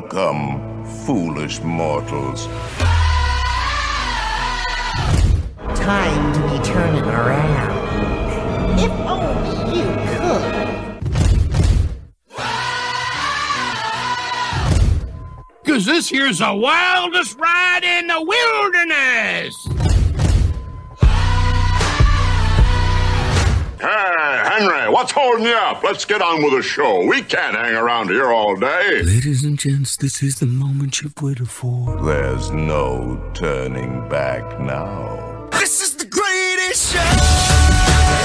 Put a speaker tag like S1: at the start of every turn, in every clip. S1: Welcome, foolish mortals.
S2: Time to be turning around. If only you could.
S3: Cause this here's the wildest ride in the wilderness!
S4: Hey, Henry, what's holding you up? Let's get on with the show. We can't hang around here all day.
S5: Ladies and gents, this is the moment you've waited for.
S1: There's no turning back now.
S5: This is the greatest show!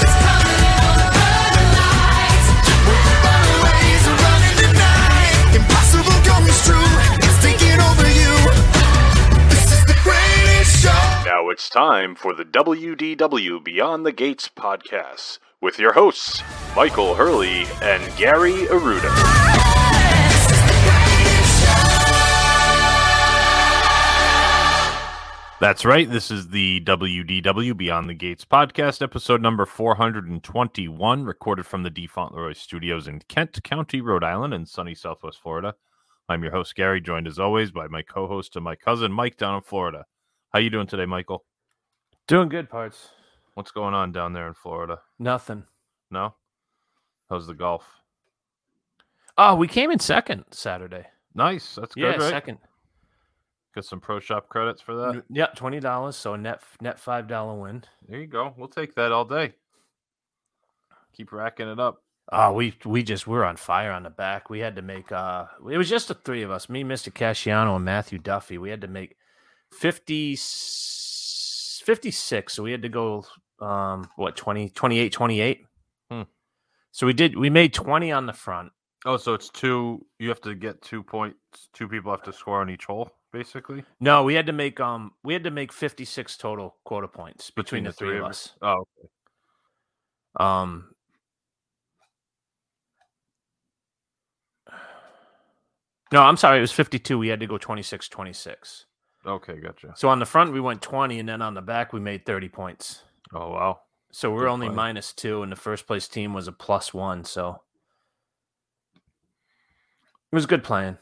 S6: Now it's time for the WDW Beyond the Gates podcast with your hosts, Michael Hurley and Gary Aruda. That's right. This is the WDW Beyond the Gates podcast, episode number 421, recorded from the D. Fauntleroy Studios in Kent County, Rhode Island, and sunny Southwest Florida. I'm your host, Gary, joined as always by my co host and my cousin, Mike, down in Florida. How you doing today, Michael?
S7: Doing good parts.
S6: What's going on down there in Florida?
S7: Nothing.
S6: No? How's the golf?
S7: Oh, we came in second Saturday.
S6: Nice. That's good,
S7: yeah,
S6: right?
S7: second.
S6: Got some pro shop credits for that.
S7: N- Yep, twenty dollars. So a net net five dollar win.
S6: There you go. We'll take that all day. Keep racking it up.
S7: Oh, we we just we are on fire on the back. We had to make uh it was just the three of us, me, Mr. Casciano, and Matthew Duffy. We had to make 50, 56. So we had to go um what 20, 28, 28.
S6: Hmm.
S7: So we did we made 20 on the front.
S6: Oh, so it's two. You have to get two points. Two people have to score on each hole, basically.
S7: No, we had to make um we had to make 56 total quota points between, the, three, of
S6: you.
S7: us.
S6: Oh,
S7: Um, no, I'm sorry. It was 52. We had to go 26 26.
S6: okay, gotcha.
S7: So on the front, we went 20, and then on the back, we made 30 points.
S6: Oh wow,
S7: So we're
S6: Good
S7: only
S6: play.
S7: minus two, and the first place team was a plus one. So it was good playing.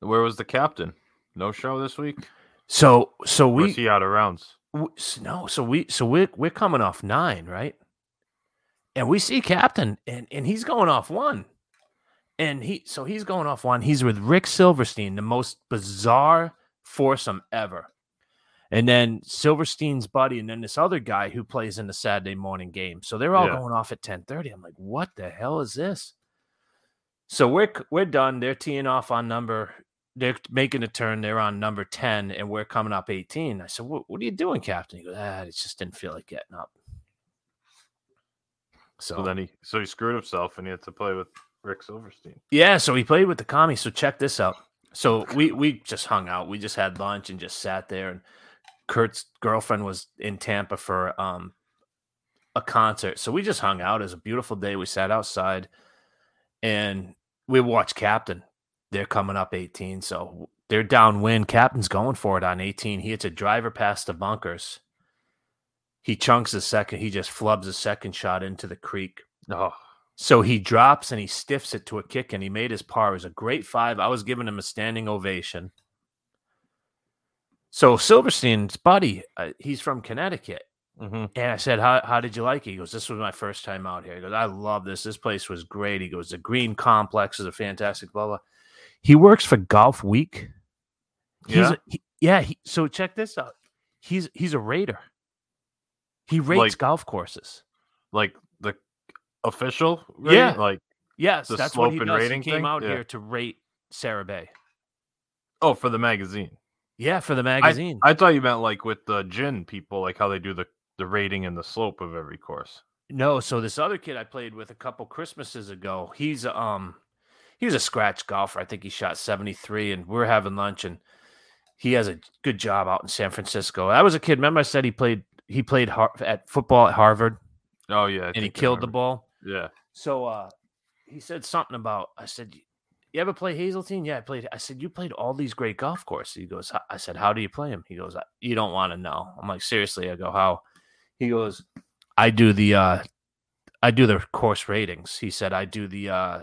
S6: where was the captain? No show this week.
S7: So, so
S6: We
S7: we,
S6: was he out of rounds?
S7: w- s- no, so we, so we're, we're coming off nine, right? And we see captain, and and he's going off one, and he, so he's going off one. He's with Rick Silverstein, the most bizarre foursome ever. And then Silverstein's buddy, and then this other guy who plays in the Saturday morning game. So they're all
S6: Yeah.
S7: going off at ten thirty. I'm like, what the hell is this? So we're c- we're done. They're teeing off on number. They're making a turn. They're on number ten, and we're coming up eighteen. I said, "What, what are you doing, Captain?" He goes, "Ah, it just didn't feel like getting up." So,
S6: So then he so he screwed himself and he had to play with Rick Silverstein.
S7: yeah, so he played with the commie. So check this out. So we we just hung out. We just had lunch and just sat there. And Kurt's girlfriend was in Tampa for um a concert, so we just hung out. It was a beautiful day. We sat outside and we watched Captain. They're coming up 18, so they're downwind. Captain's going for it on 18. He hits a driver past the bunkers. He chunks the second. He just flubs a second shot into the creek.
S6: Oh,
S7: So he drops and he stiffs it to a kick and he made his par. It was a great five. I was giving him a standing ovation. So Silverstein's buddy, uh, he's from Connecticut.
S6: hmm
S7: And I said, how, how did you like it? He goes, This was my first time out here. He goes, I love this. This place was great. He goes, The green complexes are fantastic, blah, blah. He works for Golf Week. He's
S6: yeah.
S7: a- he- yeah. He, so check this out. He's he's a raider. He rates
S6: Like-
S7: golf courses.
S6: like the official.
S7: Yeah.
S6: like
S7: Yes,
S6: the
S7: that's what he
S6: slope and
S7: does.
S6: rating
S7: he came
S6: thing?
S7: out
S6: Yeah.
S7: here to rate Sarah Bay.
S6: oh for the magazine.
S7: Yeah, for the
S6: I-
S7: magazine.
S6: I, thought you meant like with the gin people, like how they do the the rating and the slope of every course.
S7: no, so this other kid I played with a couple Christmases ago, he's um he was a scratch golfer. I think he shot 73 and we're having lunch and he has a good job out in San Francisco. That was a kid. Remember I said he played he played har- at football at Harvard
S6: Oh yeah, I
S7: and he
S6: think I
S7: killed the
S6: remember.
S7: ball.
S6: Yeah.
S7: So uh he said something about I said "Y- you ever play Hazeltine? Yeah, I played. I said you played all these great golf courses. He goes. "H- I said how do you play them? He goes. "I- You don't want to know. I'm like seriously. I go how? He goes. I do the uh I do the course ratings. He said I do the uh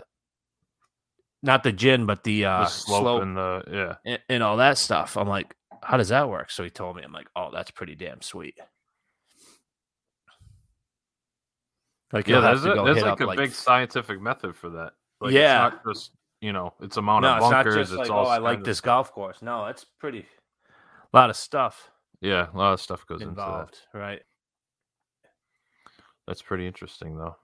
S7: not the gin, but the uh,
S6: the slope,
S7: slope
S6: and the yeah.
S7: and, and all that stuff. I'm like, how does that work? So he told me, I'm like, oh, that's pretty damn sweet. Like,
S6: Yeah,
S7: you'll have
S6: there's,
S7: to
S6: a,
S7: go
S6: there's
S7: hit
S6: like
S7: up,
S6: a big scientific method for that. Like,
S7: Yeah.
S6: it's not just you know, it's amount
S7: no,
S6: of
S7: it's not
S6: bunkers.
S7: just like,
S6: all
S7: oh, I like
S6: kind of-
S7: this golf course. No, that's pretty, a lot of stuff
S6: Yeah, a lot of stuff goes into
S7: involved, right?
S6: that. That's pretty interesting, though.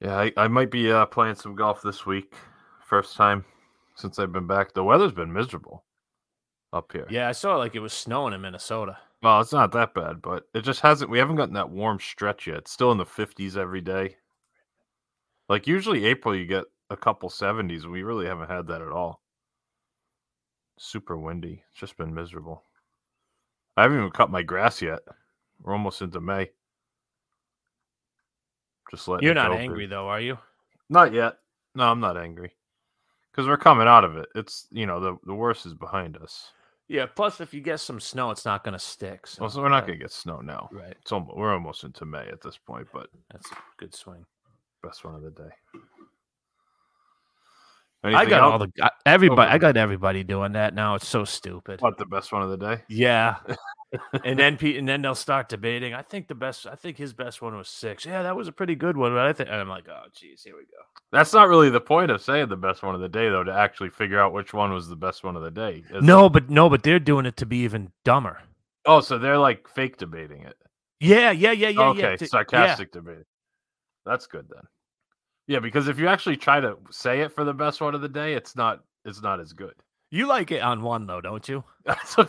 S6: Yeah, I, I might be uh, playing some golf this week. First time since I've been back. The weather's been miserable up here.
S7: Yeah, I saw like it was snowing in Minnesota.
S6: Well, it's not that bad, but it just hasn't. We haven't gotten that warm stretch yet. It's still in the 50s every day. Like usually April, you get a couple 70s. and We really haven't had that at all. Super windy. It's just been miserable. I haven't even cut my grass yet. We're almost into May. Just letting
S7: You're
S6: it
S7: not
S6: go,
S7: angry
S6: baby.
S7: though, are you?
S6: Not yet. No, I'm not angry. Because we're coming out of it. It's you know the the worst is behind us.
S7: Yeah. Plus, if you get some snow, it's not going to stick. So,
S6: Also, we're not going to get snow now.
S7: right.
S6: It's almost, we're almost into May at this point, but
S7: That's a good swing.
S6: best one of the day.
S7: I
S6: Anything
S7: got
S6: else?
S7: all the I- everybody.
S6: Okay.
S7: I got everybody doing that now. It's so stupid.
S6: what the best one of the day?
S7: Yeah. and then Pete, and then they'll start debating. I think the best, I think his best one was six. Yeah, that was a pretty good one. But I think, and I'm like, oh, geez, here we go.
S6: That's not really the point of saying the best one of the day, though, to actually figure out which one was the best one of the day. It's-
S7: No, but no, but they're doing it to be even dumber.
S6: Oh, so they're like fake debating it.
S7: Yeah, yeah, yeah, yeah.
S6: okay,
S7: yeah, to-
S6: sarcastic debating. That's good then. Yeah, because if you actually try to say it for the best one of the day, it's not it's not as good.
S7: Yeah. You like it on one though, don't you?
S6: That's a,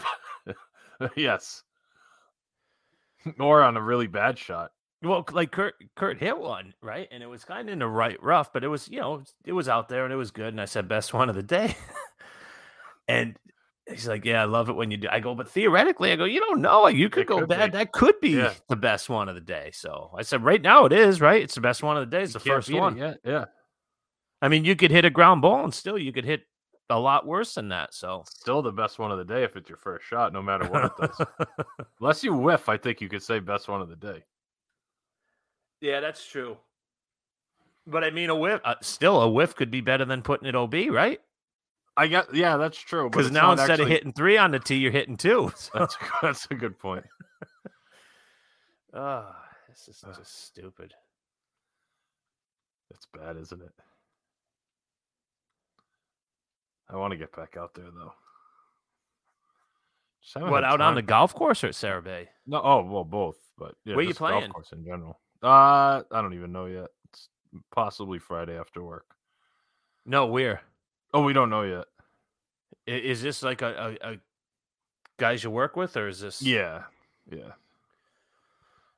S6: yes. Or on a really bad shot.
S7: Well, c- like Kurt, Kurt hit one right, and it was kind of in the right rough, but it was you know it was out there and it was good, and I said best one of the day, and he's like, yeah, I love it when you do. I go, but theoretically, I go, you don't know, like, you could
S6: It
S7: go
S6: could
S7: bad.
S6: be.
S7: That could be
S6: Yeah.
S7: the best one of the day. So I said, right now it is right. It's the best one of the day. It's
S6: You
S7: the
S6: can't
S7: first
S6: beat it
S7: one.
S6: yet, Yeah.
S7: I mean, you could hit a ground ball, and still you could hit a lot worse than that. So
S6: still the best one of the day if it's your first shot, no matter what it does. Unless you whiff, I think you could say best one of the day.
S7: yeah, that's true. But I mean, a whiff, uh, still a whiff could be better than putting it OB, right?
S6: I got yeah, that's true. but
S7: Because
S6: it's
S7: now
S6: not
S7: instead of
S6: actually-
S7: hitting three on the tee, you're hitting two. So.
S6: that's, a- that's a good point.
S7: Ah, this is
S6: Ugh.
S7: just stupid.
S6: It's bad, isn't it? I want to get back out there though. Just haven't
S7: What
S6: had
S7: out on the
S6: time.
S7: golf course or at Sarah Bay?
S6: no? Oh well, both. But yeah,
S7: Where you
S6: just golf
S7: playing?
S6: Course in general. Uh, I don't even know yet. It's possibly Friday after work.
S7: No, where
S6: Oh, we don't know yet.
S7: I- is this? Like a, a, a guys you work with, or is this?
S6: Yeah, yeah.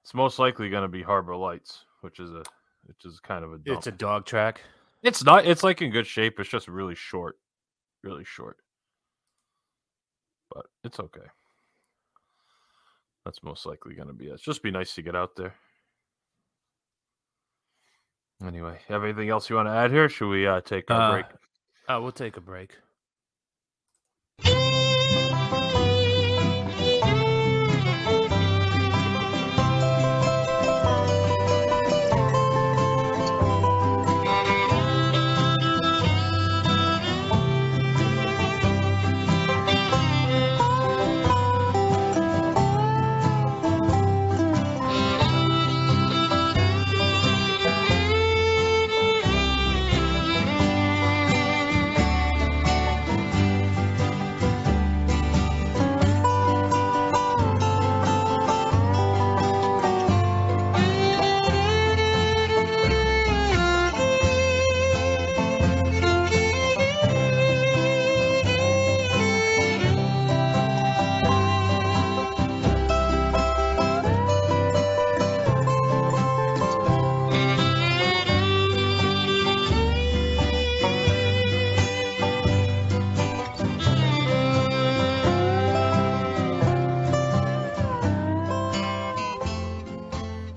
S6: It's most likely going to be Harbor Lights, which is a which is kind of a dump.
S7: it's a dog track.
S6: it's not it's like in good shape. It's just really short, really short. But it's okay. That's most likely going to be it. It's just be nice to get out there. Anyway, have anything else you want to add here? Should we uh, take a
S7: Uh,
S6: break?
S7: Uh, we'll take a break.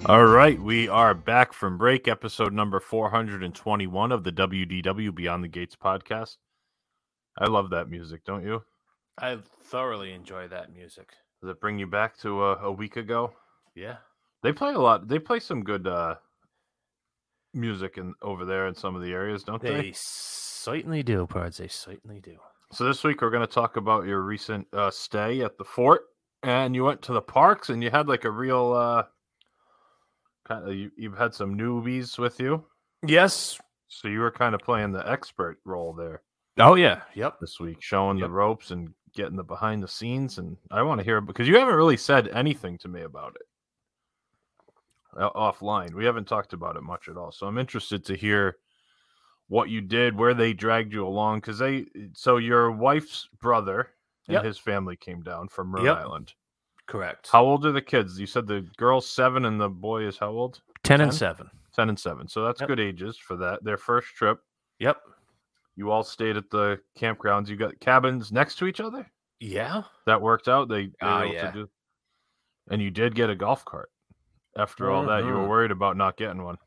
S6: All right, we are back from break, episode number 421 of the WDW Beyond the Gates podcast. I love that music, don't you?
S7: I thoroughly enjoy that music.
S6: Does it bring you back to uh, a week ago?
S7: Yeah.
S6: They play a lot. They play some good uh music in over there in some of the areas, don't they?
S7: They certainly do, Pards. They certainly do.
S6: So this week we're going to talk about your recent uh, stay at the fort, and you went to the parks, and you had like a real uh, kind of you, you've had some newbies with you,
S7: Yes.
S6: so you were kind of playing the expert role there
S7: Oh yeah. Yep.
S6: this week, showing
S7: Yep.
S6: the ropes and getting the behind the scenes. And I want to hear because you haven't really said anything to me about it O- offline. We haven't talked about it much at all, so I'm interested to hear what you did, where they dragged you along, because they. So your wife's brother and
S7: Yep.
S6: his family came down from Rhode
S7: Yep.
S6: Island.
S7: Correct.
S6: How old are the kids? You said the girl's seven and the boy is how old?
S7: ten, and
S6: 10?
S7: seven.
S6: Ten and seven. So that's
S7: Yep.
S6: good ages for that. Their first trip.
S7: Yep.
S6: You all stayed at the campgrounds. You got cabins next to each other.
S7: Yeah.
S6: that worked out. They, they
S7: Ah,
S6: were able
S7: yeah.
S6: to do, and you did get a golf cart. After all that, you were
S7: Mhm.
S6: worried about not getting one.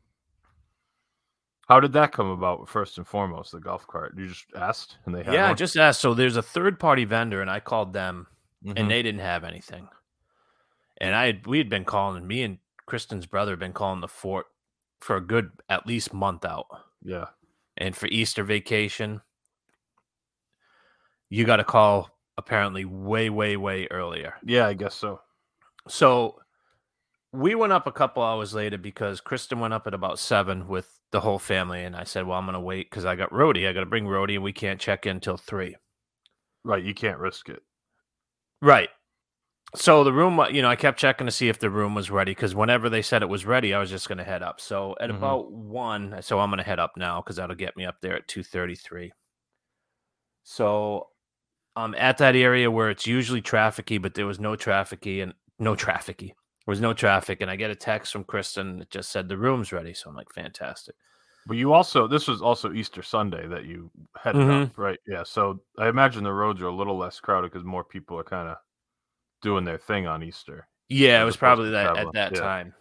S6: How did that come about? First and foremost, the golf cart. You just asked, and they had
S7: yeah. I
S6: one?
S7: just asked. So there's a third party vendor, and I called them,
S6: Mhm.
S7: and they didn't have anything. And I had, we had been calling. Me and Kristen's brother had been calling the fort for a good at least month out,
S6: yeah,
S7: and for Easter vacation, you got to call apparently way, way, way earlier.
S6: yeah. I guess so.
S7: So we went up a couple hours later because Kristen went up at about seven with the whole family. And I said, Well, I'm going to wait because I got Rhodey. I got to bring Rhodey and we can't check in till three.
S6: Right, you can't risk it.
S7: Right. So the room, wa- you know, I kept checking to see if the room was ready because whenever they said it was ready, I was just going to head up. So at
S6: Mhm.
S7: about one, I- so I'm going to head up now because that'll get me up there at two thirty-three. So I'm at that area where it's usually trafficy, but there was no trafficy and no trafficy. There was no traffic, and I get a text from Kristen that just said the room's ready. So I'm like, fantastic.
S6: But you also this was also Easter Sunday that you headed
S7: Mhm.
S6: up, right? Yeah. So I imagine the roads are a little less crowded because more people are kind of doing their thing on Easter.
S7: Yeah, it
S6: As
S7: was
S6: opposed
S7: probably
S6: to
S7: that at
S6: traveling,
S7: that
S6: yeah.
S7: time.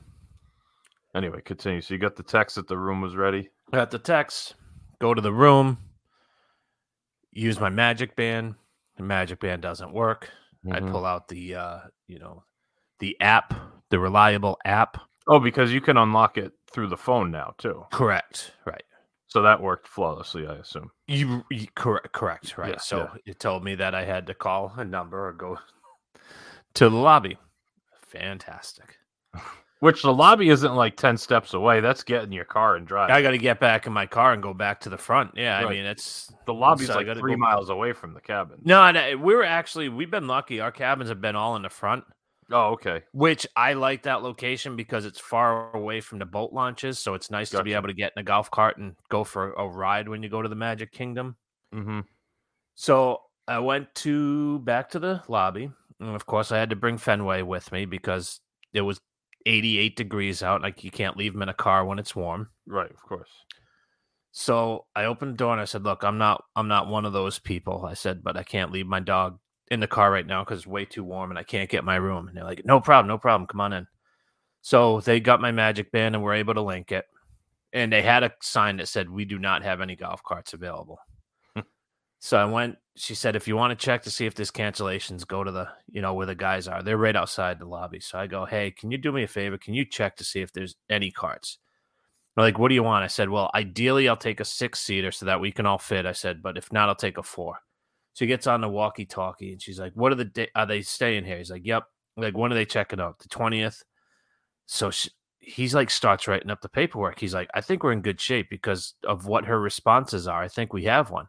S6: Anyway, continue. So you got the text that the room was ready.
S7: got the text, go to the room, use my magic band. The magic band doesn't work. I
S6: Mhm.
S7: pull out the uh, you know, the app, the reliable app.
S6: Oh, because you can unlock it through the phone now too.
S7: Correct. Right.
S6: So that worked flawlessly, I assume.
S7: You, you correct correct, right.
S6: Yeah,
S7: so
S6: yeah.
S7: it told me that I had to call a number or go to the lobby. Fantastic.
S6: Which the lobby isn't like ten steps away. That's getting your car and drive.
S7: I got to get back in my car and go back to the front. Yeah, I
S6: Right.
S7: mean, it's
S6: the lobby's
S7: so I
S6: like
S7: gotta
S6: three
S7: go-
S6: miles away from the cabin.
S7: no, no, we were actually we've been lucky. Our cabins have been all in the front.
S6: Oh, okay.
S7: which I like that location because it's far away from the boat launches. So it's nice to be
S6: Gotcha.
S7: able to get in a golf cart and go for a ride when you go to the Magic Kingdom.
S6: Mm-hmm.
S7: So I went to back to the lobby. And of course, I had to bring Fenway with me because it was 88 degrees out. Like you can't leave him in a car when it's warm.
S6: Right, of course.
S7: So I opened the door and I said, "Look, I'm not I'm not one of those people." I said, "But I can't leave my dog in the car right now because it's way too warm and I can't get my room." And they're like, "No problem, no problem. Come on in." So they got my magic band and were able to link it, and they had a sign that said, "We do not have any golf carts available." so I went. She said, "If you want to check to see if there's cancellations, go to the you know where the guys are. They're right outside the lobby." So I go, "Hey, can you do me a favor? Can you check to see if there's any carts?" They're like, what do you want? I said, well, ideally, I'll take a six seater so that we can all fit. I said, but if not, I'll take a four. She gets on the walkie talkie and she's like, what are the da- are they staying here? He's like, yep. Like, when are they checking out? The twentieth. So she, he's like, starts writing up the paperwork. He's like, I think we're in good shape because of what her responses are. I think we have one.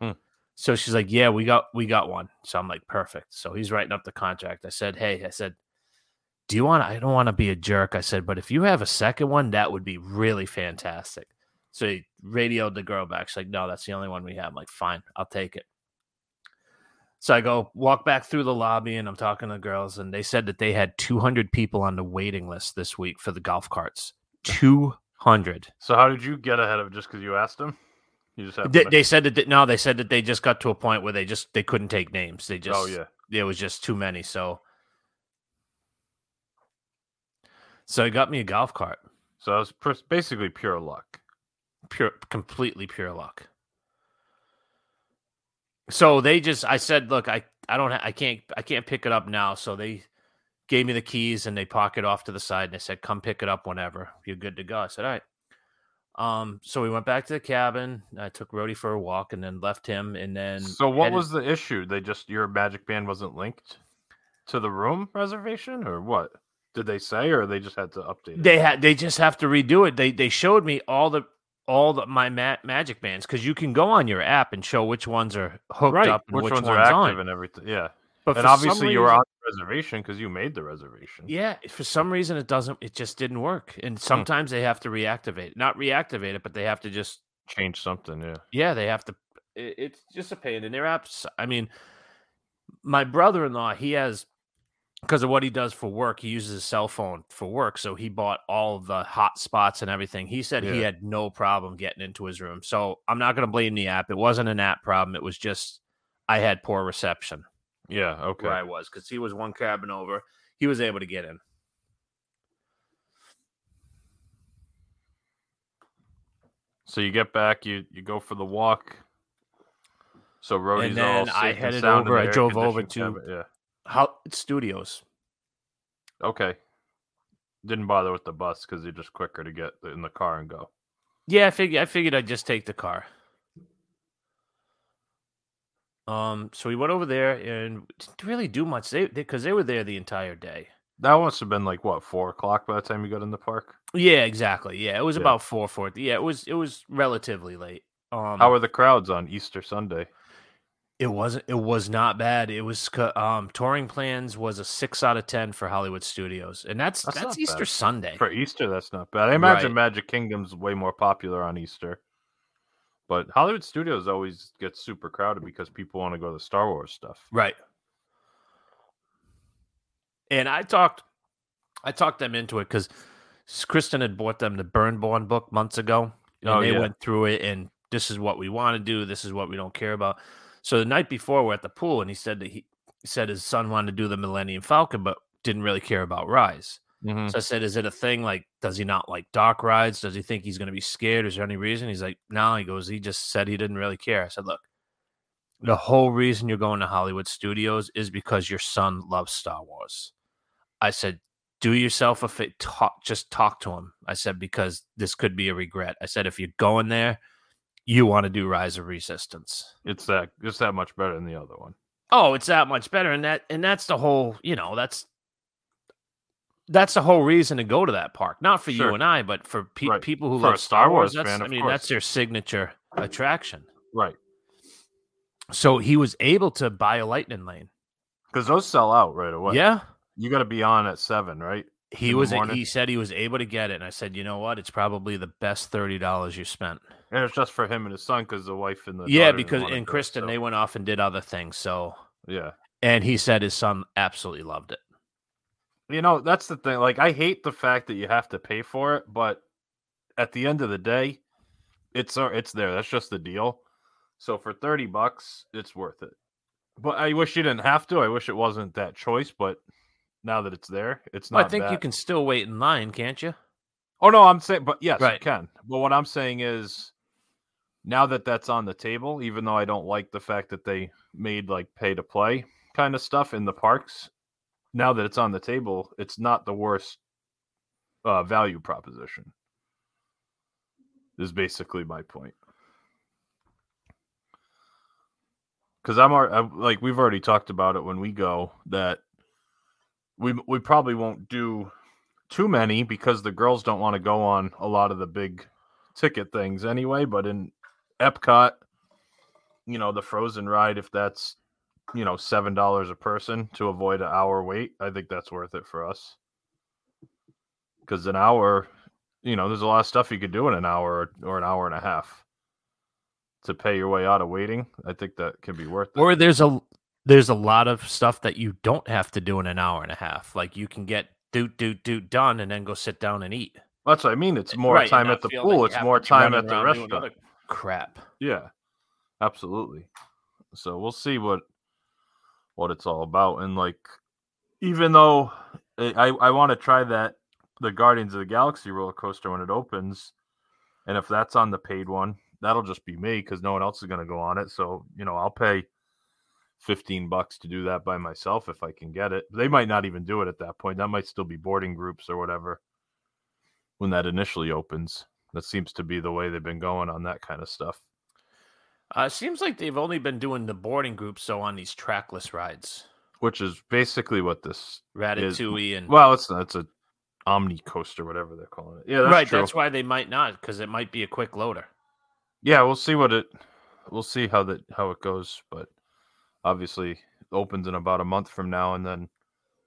S6: Hmm.
S7: So she's like, yeah, we got we got one. So I'm like, perfect. So he's writing up the contract. I said, hey, I said, do you want to, I don't want to be a jerk. I said, but if you have a second one, that would be really fantastic. So he radioed the girl back. She's like, no, that's the only one we have. I'm like, fine, I'll take it. So I go walk back through the lobby and I'm talking to the girls, and they said that they had 200 people on the waiting list this week for the golf carts. 200.
S6: So how did you get ahead of just because you asked him? You just had
S7: They, they said that they- no, they said that they just got to a point where they just they couldn't take names. They just
S6: Oh yeah.
S7: there was just too many. So, so he got me a golf cart.
S6: So that was pr- basically pure luck.
S7: Pure, completely pure luck. So they just, I said, look, I, I don't, ha- I can't, I can't pick it up now. So they gave me the keys and they pocket off to the side and they said, come pick it up whenever you're good to go. I said, all right. Um, so we went back to the cabin. I took Rody for a walk and then left him. And then
S6: So what
S7: headed-
S6: was the issue? They just your magic band wasn't linked to the room reservation or what? Did they say or they just had to update it?
S7: they had? They just have to redo it. They they showed me all the all the, my ma- magic bands because you can go on your app and show which ones are hooked
S6: right.
S7: up and
S6: Which,
S7: which,
S6: ones, are active
S7: on.
S6: and everything? Yeah.
S7: but
S6: and
S7: for some
S6: obviously you were
S7: reason-
S6: on the reservation because you made the reservation.
S7: Yeah, for some reason it doesn't. It just didn't work.
S6: Hmm.
S7: And sometimes they have to reactivate, not reactivate it, but they have to just
S6: Change something, yeah.
S7: yeah, they have to. It, it's just a pain in their apps. I mean, my brother-in-law, he has because of what he does for work, he uses his cell phone for work, so he bought all the hot spots and everything. He said he
S6: Yeah.
S7: had no problem getting into his room. So I'm not going to blame the app. It wasn't an app problem. It was just I had poor reception
S6: Yeah, okay.
S7: where I was because he was one cabin over. He was able to get in.
S6: So you get back, you you go for the walk. So Rody's all
S7: then
S6: safe
S7: I
S6: and
S7: headed
S6: sound in
S7: over,
S6: the
S7: I
S6: air
S7: drove over
S6: conditioned
S7: to-
S6: cabin.
S7: How studios?
S6: Yeah. Okay. Didn't bother with the bus because you're just quicker to get in the car and go.
S7: Yeah, I figured I figured I'd just take the car. Um, so we went over there and didn't really do much. They because they, were there the entire day.
S6: That must have been like what four o'clock by the time you got in the park.
S7: Yeah, exactly. Yeah, it was
S6: Yeah.
S7: about four four. Yeah, it was it was relatively late. Um,
S6: How were the crowds on Easter Sunday?
S7: it wasn't it was not bad. It was c- um touring plans was a six out of ten for Hollywood Studios, and that's
S6: That's
S7: that's,
S6: not
S7: Easter
S6: bad.
S7: Sunday.
S6: For Easter, that's not bad. I imagine
S7: Right.
S6: Magic Kingdom's way more popular on Easter. But Hollywood Studios always gets super crowded because people want to go to the Star Wars stuff.
S7: Right. And I talked, I talked them into it because Kristen had bought them the Burnborn book months ago, and
S6: Oh,
S7: they
S6: yeah.
S7: went through it. And this is what we want to do. This is what we don't care about. So the night before, we're at the pool, and he said that he, he said his son wanted to do the Millennium Falcon, but didn't really care about Rise.
S6: Mm-hmm.
S7: So I said, "Is it a thing? Like, does he not like dark rides? Does he think he's going to be scared? Is there any reason?" He's like, "No." He goes, "He just said he didn't really care." I said, "Look, the whole reason you're going to Hollywood Studios is because your son loves Star Wars." I said, "Do yourself a fit. Talk, just talk to him." I said, "Because this could be a regret." I said, "If you're going there, you want to do Rise of Resistance."
S6: It's that it's that much better than the other one.
S7: oh it's that much better and that and that's the whole you know that's that's the whole reason to go to that park not for
S6: Sure.
S7: you and i but for pe-
S6: Right.
S7: people who
S6: For a
S7: love
S6: Star
S7: star wars,
S6: Wars
S7: that's,
S6: fan,
S7: i
S6: of
S7: mean
S6: course.
S7: that's their signature attraction
S6: Right.
S7: so he was able to buy a lightning lane
S6: Because those sell out right away.
S7: yeah
S6: You gotta be on at seven, right? in
S7: he
S6: the
S7: was
S6: morning.
S7: he said he was able to get it and i said you know what it's probably the best $30 you spent
S6: And it's just for him and his son because the wife and the
S7: yeah
S6: daughter didn't
S7: because
S6: wanna
S7: and
S6: go,
S7: kristen
S6: so-
S7: they went off and did other things so
S6: yeah.
S7: and he said his son absolutely loved it
S6: You know, that's the thing. Like, I hate the fact that you have to pay for it, but at the end of the day, it's uh, it's there. That's just the deal. So for thirty bucks, it's worth it. But I wish you didn't have to. I wish it wasn't that choice. But now that it's there, it's not.
S7: i think you
S6: bad.
S7: can still wait in line can't you
S6: Oh no, I'm saying, but yes, you
S7: Right.
S6: can. But what I'm saying is, now that that's on the table, even though I don't like the fact that they made like pay to play kind of stuff in the parks, now that it's on the table, it's not the worst uh, value proposition. Is basically my point. Because I'm, al- I'm like we've already talked about it when we go that we we probably won't do too many because the girls don't want to go on a lot of the big ticket things anyway. But in Epcot, you know, the Frozen ride, if that's you know seven dollars a person to avoid an hour wait, I think that's worth it for us. Because an hour, you know, there's a lot of stuff you could do in an hour or, or an hour and a half. To pay your way out of waiting, I think that can be worth it.
S7: or there's a there's a lot of stuff that you don't have to do in an hour and a half. Like you can get doot doot doot done and then go sit down and eat.
S6: That's what I mean. It's more
S7: eh, Right, and
S6: time
S7: not
S6: at the
S7: feel like
S6: pool.
S7: you
S6: It's
S7: have
S6: more
S7: to be
S6: time
S7: running
S6: at the
S7: around doing
S6: restaurant.
S7: other Crap.
S6: Yeah, absolutely. So we'll see what what it's all about. And like, even though eh, I I want to try that the Guardians of the Galaxy roller coaster when it opens, and if that's on the paid one, that'll just be me because no one else is going to go on it. So you know, I'll pay fifteen bucks to do that by myself if I can get it. They might not even do it at that point. That might still be boarding groups or whatever when that initially opens. That seems to be the way they've been going on that kind of stuff.
S7: Uh, it seems like they've only been doing the boarding group so on these trackless rides,
S6: Which is basically what this
S7: Ratatouille and
S6: well, it's not it's a Omni coaster, whatever they're calling it. Yeah, that's
S7: right.
S6: true.
S7: That's why they might not because it might be a quick loader.
S6: yeah, we'll see what it we'll see how that how it goes, but obviously it opens in about a month from now and then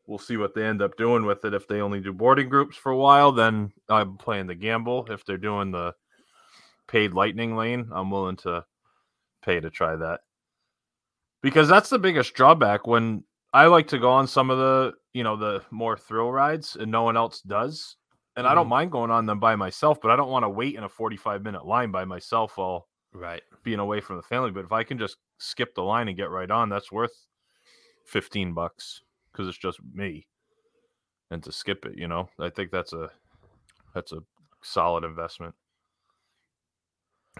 S6: we'll see what they end up doing with it. If they only do boarding groups for a while, then I'm playing the gamble. If they're doing the paid lightning lane, I'm willing to pay to try that. Because that's the biggest drawback when I like to go on some of the, you know, the more thrill rides and no one else does. And I don't
S7: Mhm.
S6: mind going on them by myself, but I don't want to wait in a 45 minute line by myself while
S7: Right.
S6: being away from the family. But if I can just skip the line and get right on, that's worth fifteen bucks because it's just me. And to skip it, you know, I think that's a that's a solid investment.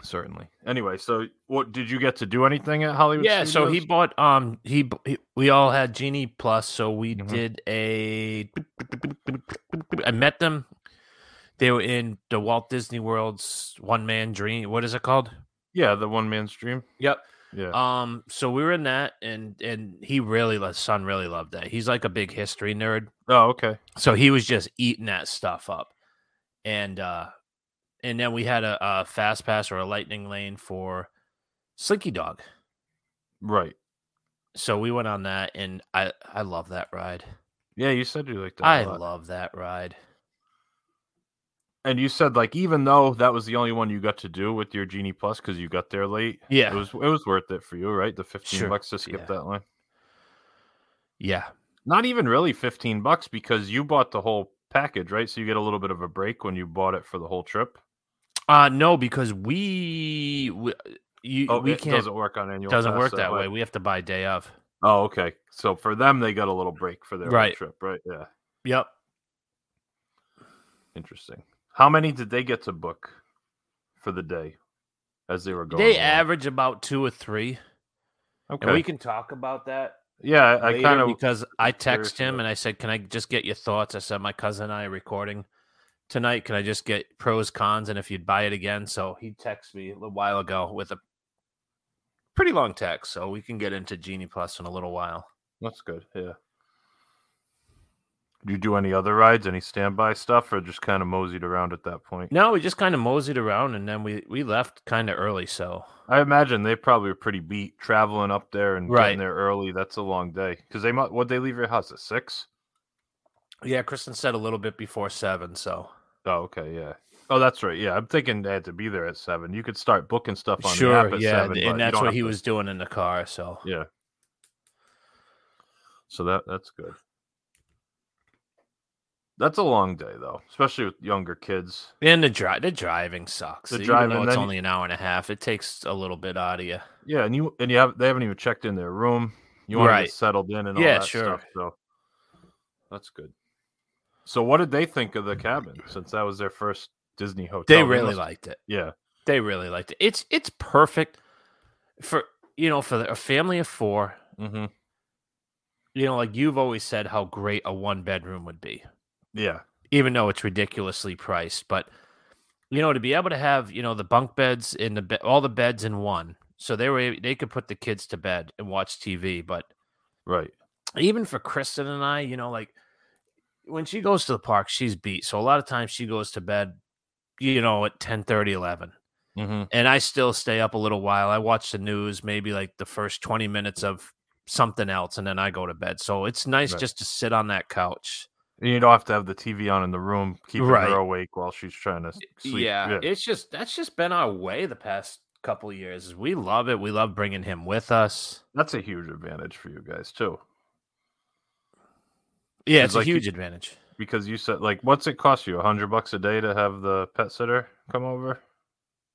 S6: Certainly. Anyway, so what did you get to do anything at Hollywood?
S7: Yeah. So he
S6: Studios?
S7: bought. Um. He, b- he. We all had Genie Plus, so we
S6: Mhm.
S7: did a. I met them. They were in the Walt Disney World's One Man Dream. What is it called?
S6: yeah, the one man's dream.
S7: Yep.
S6: Yeah.
S7: Um, so we were in that, and and he really, lo- son really loved that. He's like a big history nerd,
S6: oh, okay.
S7: so he was just eating that stuff up, and uh, and then we had a, a fast pass or a lightning lane for Slinky Dog.
S6: Right.
S7: So we went on that, and I I love that ride.
S6: Yeah, you said you liked that. a
S7: I
S6: lot.
S7: love that ride.
S6: and you said like even though that was the only one you got to do with your Genie Plus because you got there late.
S7: Yeah.
S6: It was it was worth it for you, right? The fifteen
S7: Sure,
S6: bucks to skip
S7: yeah.
S6: that line.
S7: Yeah,
S6: Not even really fifteen bucks because you bought the whole package, right? So you get a little bit of a break when you bought it for the whole trip.
S7: uh, no, because we, we you
S6: Oh,
S7: we
S6: it
S7: can't
S6: doesn't work on annual.
S7: doesn't
S6: pass
S7: work that
S6: way.
S7: way. We have to buy day of.
S6: Oh, okay. So for them, they got a little break for their whole
S7: Right.
S6: trip, right? Yeah,
S7: Yep.
S6: interesting. How many did they get to book for the day as they were going?
S7: They
S6: along?
S7: average about two or three.
S6: Okay.
S7: And we can talk about that.
S6: yeah, I- I
S7: later
S6: kind of
S7: because I
S6: curious
S7: text him
S6: about-
S7: and I said, "Can I just get your thoughts?" I said, "My cousin and I are recording tonight. Can I just get pros cons and if you'd buy it again?" So he texted me a little while ago with a pretty long text, so we can get into Genie Plus in a little while.
S6: That's good. Yeah. Did you do any other rides, any standby stuff, or just kind of moseyed around at that point?
S7: No, we just kind of moseyed around and then we we left kind of early. So
S6: I imagine they probably were pretty beat traveling up there and
S7: Right.
S6: getting there early. That's a long day because they must. Would they leave your house at six?
S7: yeah, Kristen said a little bit before seven. So
S6: Oh, okay, yeah. Oh, that's right. Yeah, I'm thinking they had to be there at seven. You could start booking stuff on the app
S7: sure,
S6: at
S7: yeah,
S6: seven, but you
S7: and that's
S6: don't
S7: what
S6: have
S7: he
S6: to-
S7: was doing in the car. So
S6: Yeah. So that that's good. That's a long day though, especially with younger kids.
S7: And the drive, the driving sucks.
S6: The
S7: Even
S6: driving,
S7: though it's
S6: then-
S7: only an hour and a half, it takes a little bit out of you.
S6: Yeah, and you and you have they haven't even checked in their room. You want to
S7: Right.
S6: get settled in and
S7: Yeah,
S6: all that
S7: sure.
S6: stuff. So that's good. So what did they think of the cabin since that was their first Disney hotel?
S7: They
S6: They
S7: really
S6: must-
S7: liked it.
S6: Yeah.
S7: They really liked it. It's it's perfect for you know for the- a family of four.
S6: Mm-hmm.
S7: You know, like you've always said, how great a one bedroom would be,
S6: Yeah.
S7: even though it's ridiculously priced. But you know, to be able to have you know the bunk beds in the be- all the beds in one, so they were a- they could put the kids to bed and watch TV, but
S6: Right.
S7: even for Kristen and I, you know, like when she goes to the park, she's beat. So a lot of times she goes to bed, you know, at 10 11.
S6: Mm-hmm.
S7: And I still stay up a little while. I watch the news, maybe like the first 20 minutes of something else, and then I go to bed. So it's nice
S6: Right.
S7: just to sit on that couch.
S6: And you don't have to have the TV on in the room, keeping
S7: Right.
S6: her awake while she's trying to s- sleep.
S7: yeah. It's just that's just been our way the past couple years. is We love it. We love bringing him with us.
S6: That's a huge advantage for you guys too.
S7: Yeah,
S6: It's
S7: it's,
S6: like
S7: a
S6: you-
S7: huge advantage.
S6: Because you said like what's it cost you? A hundred bucks a day to have the pet sitter come over?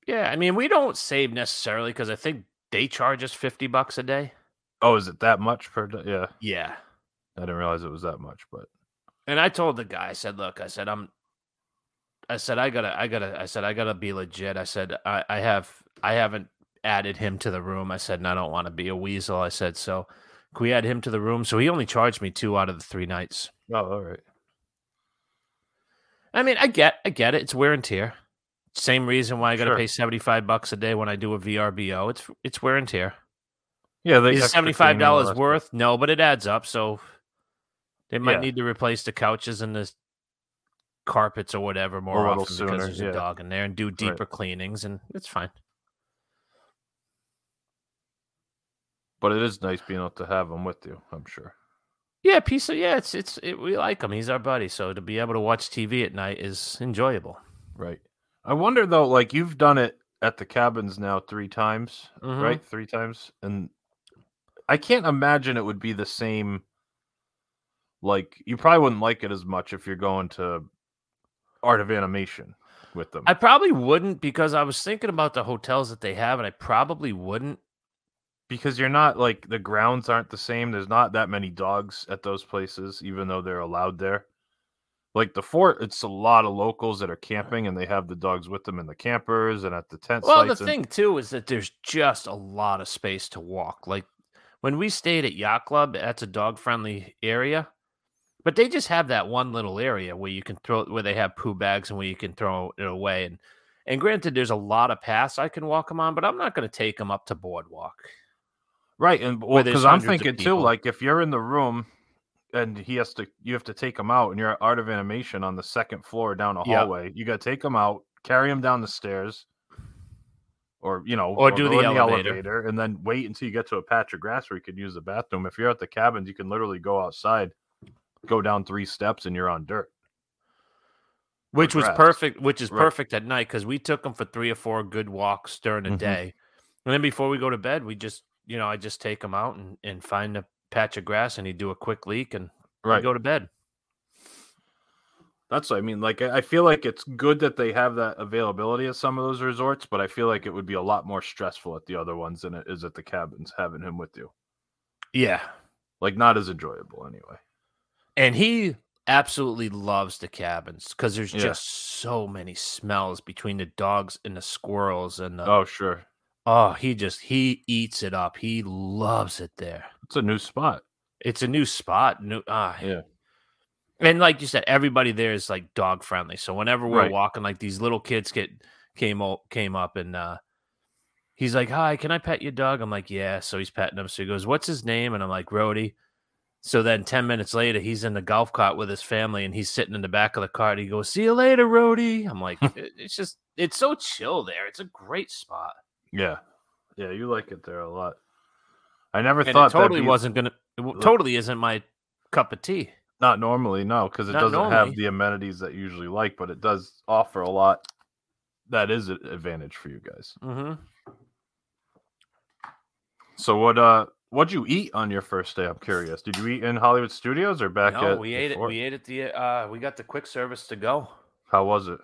S7: Yeah, I mean, we don't save necessarily because I think they charge us 50 bucks a day.
S6: Oh, is it that much per day? Yeah.
S7: Yeah.
S6: I didn't realize it was that much, but
S7: And I told the guy, I said, look, I said, I'm, I said, I gotta, I gotta, I said, I gotta be legit. I said, I, I have, I haven't added him to the room. I said, and I don't want to be a weasel. I said, so can we add him to the room? So he only charged me two out of the three nights.
S6: oh, all right.
S7: I mean, I get, I get it. It's wear and tear. Same reason why I got to
S6: Sure.
S7: pay seventy five bucks a day when I do a VRBO. It's it's wear and tear.
S6: Yeah, they
S7: Is it
S6: extra
S7: seventy five
S6: cleaning, all that
S7: dollars
S6: stuff.
S7: worth? No, but it adds up. So they might
S6: Yeah.
S7: need to replace the couches and the carpets or whatever
S6: Or
S7: more
S6: a
S7: often
S6: little
S7: because
S6: sooner,
S7: there's
S6: yeah.
S7: a dog in there and do deeper cleanings and it's fine.
S6: But it is nice being able to have them with you. I'm sure.
S7: Yeah, piece of yeah. It's it's it, we like him. He's our buddy. So to be able to watch TV at night is enjoyable.
S6: Right. I wonder though. Like you've done it at the cabins now three times,
S7: Mhm.
S6: right? Three times, and I can't imagine it would be the same. Like you probably wouldn't like it as much if you're going to Art of Animation with them.
S7: I probably wouldn't because I was thinking about the hotels that they have, and I probably wouldn't.
S6: because you're not like the grounds aren't the same. There's not that many dogs at those places, even though they're allowed there. Like the fort, it's a lot of locals that are camping and they have the dogs with them in the campers and at the tent
S7: Well, the
S6: sites. and-
S7: thing too is that there's just a lot of space to walk. Like when we stayed at Yacht Club, that's a dog friendly area, but they just have that one little area where you can throw where they have poo bags and where you can throw it away. And and granted, there's a lot of paths I can walk them on, but I'm not going to take them up to boardwalk.
S6: right? And
S7: where
S6: well,
S7: there's
S6: because I'm
S7: hundreds of
S6: thinking too,
S7: people.
S6: like if you're in the room and he has to, you have to take him out, and you're at Art of Animation on the second floor down a
S7: Yep.
S6: hallway. You got to take him out, carry him down the stairs. Or you know,
S7: Or do
S6: go
S7: the
S6: in
S7: elevator.
S6: and then wait until you get to a patch of grass where you could use the bathroom. If you're at the cabins, you can literally go outside, go down three steps, and you're on dirt.
S7: which was
S6: grass.
S7: perfect which is
S6: Right.
S7: perfect at night because we took them for three or four good walks during the
S6: Mhm.
S7: day and then before we go to bed we just you know i just take them out and, and find a patch of grass and he'd do a quick leak and we'd
S6: Right.
S7: go to bed
S6: That's what I mean. Like I I feel like it's good that they have that availability at some of those resorts, but I feel like it would be a lot more stressful at the other ones than it is at the cabins having him with you.
S7: yeah
S6: like not as enjoyable anyway.
S7: and he absolutely loves the cabins because there's
S6: Yeah.
S7: just so many smells between the dogs and the squirrels and the oh.
S6: Oh, sure.
S7: he just he eats it up he loves it there
S6: It's a new spot.
S7: it's a new spot new ah
S6: Yeah.
S7: and like you said, everybody there is like dog friendly. So whenever we're
S6: Right.
S7: walking, like these little kids get came up came up and uh he's like, Hi, can I pet your dog? I'm like, Yeah. So he's petting him. So he goes, What's his name? And I'm like, Rody. So then ten minutes later, he's in the golf cart with his family and he's sitting in the back of the cart. He goes, See you later, Rody. I'm like, "It- it's just it's so chill there. It's a great spot.
S6: Yeah. Yeah, you like it there a lot. I never
S7: And it
S6: thought
S7: totally
S6: that'd be-
S7: wasn't gonna it w- totally isn't my cup of tea.
S6: not normally, no, because it
S7: Not
S6: doesn't have
S7: normally.
S6: the amenities that you usually like, but it does offer a lot that is an advantage for you guys.
S7: Mm-hmm.
S6: So what uh what'd you eat on your first day? I'm curious. Did you eat in Hollywood Studios or back
S7: No,
S6: at
S7: we
S6: the
S7: ate it.
S6: fort?
S7: We ate at the uh we got the quick service to go.
S6: How was it?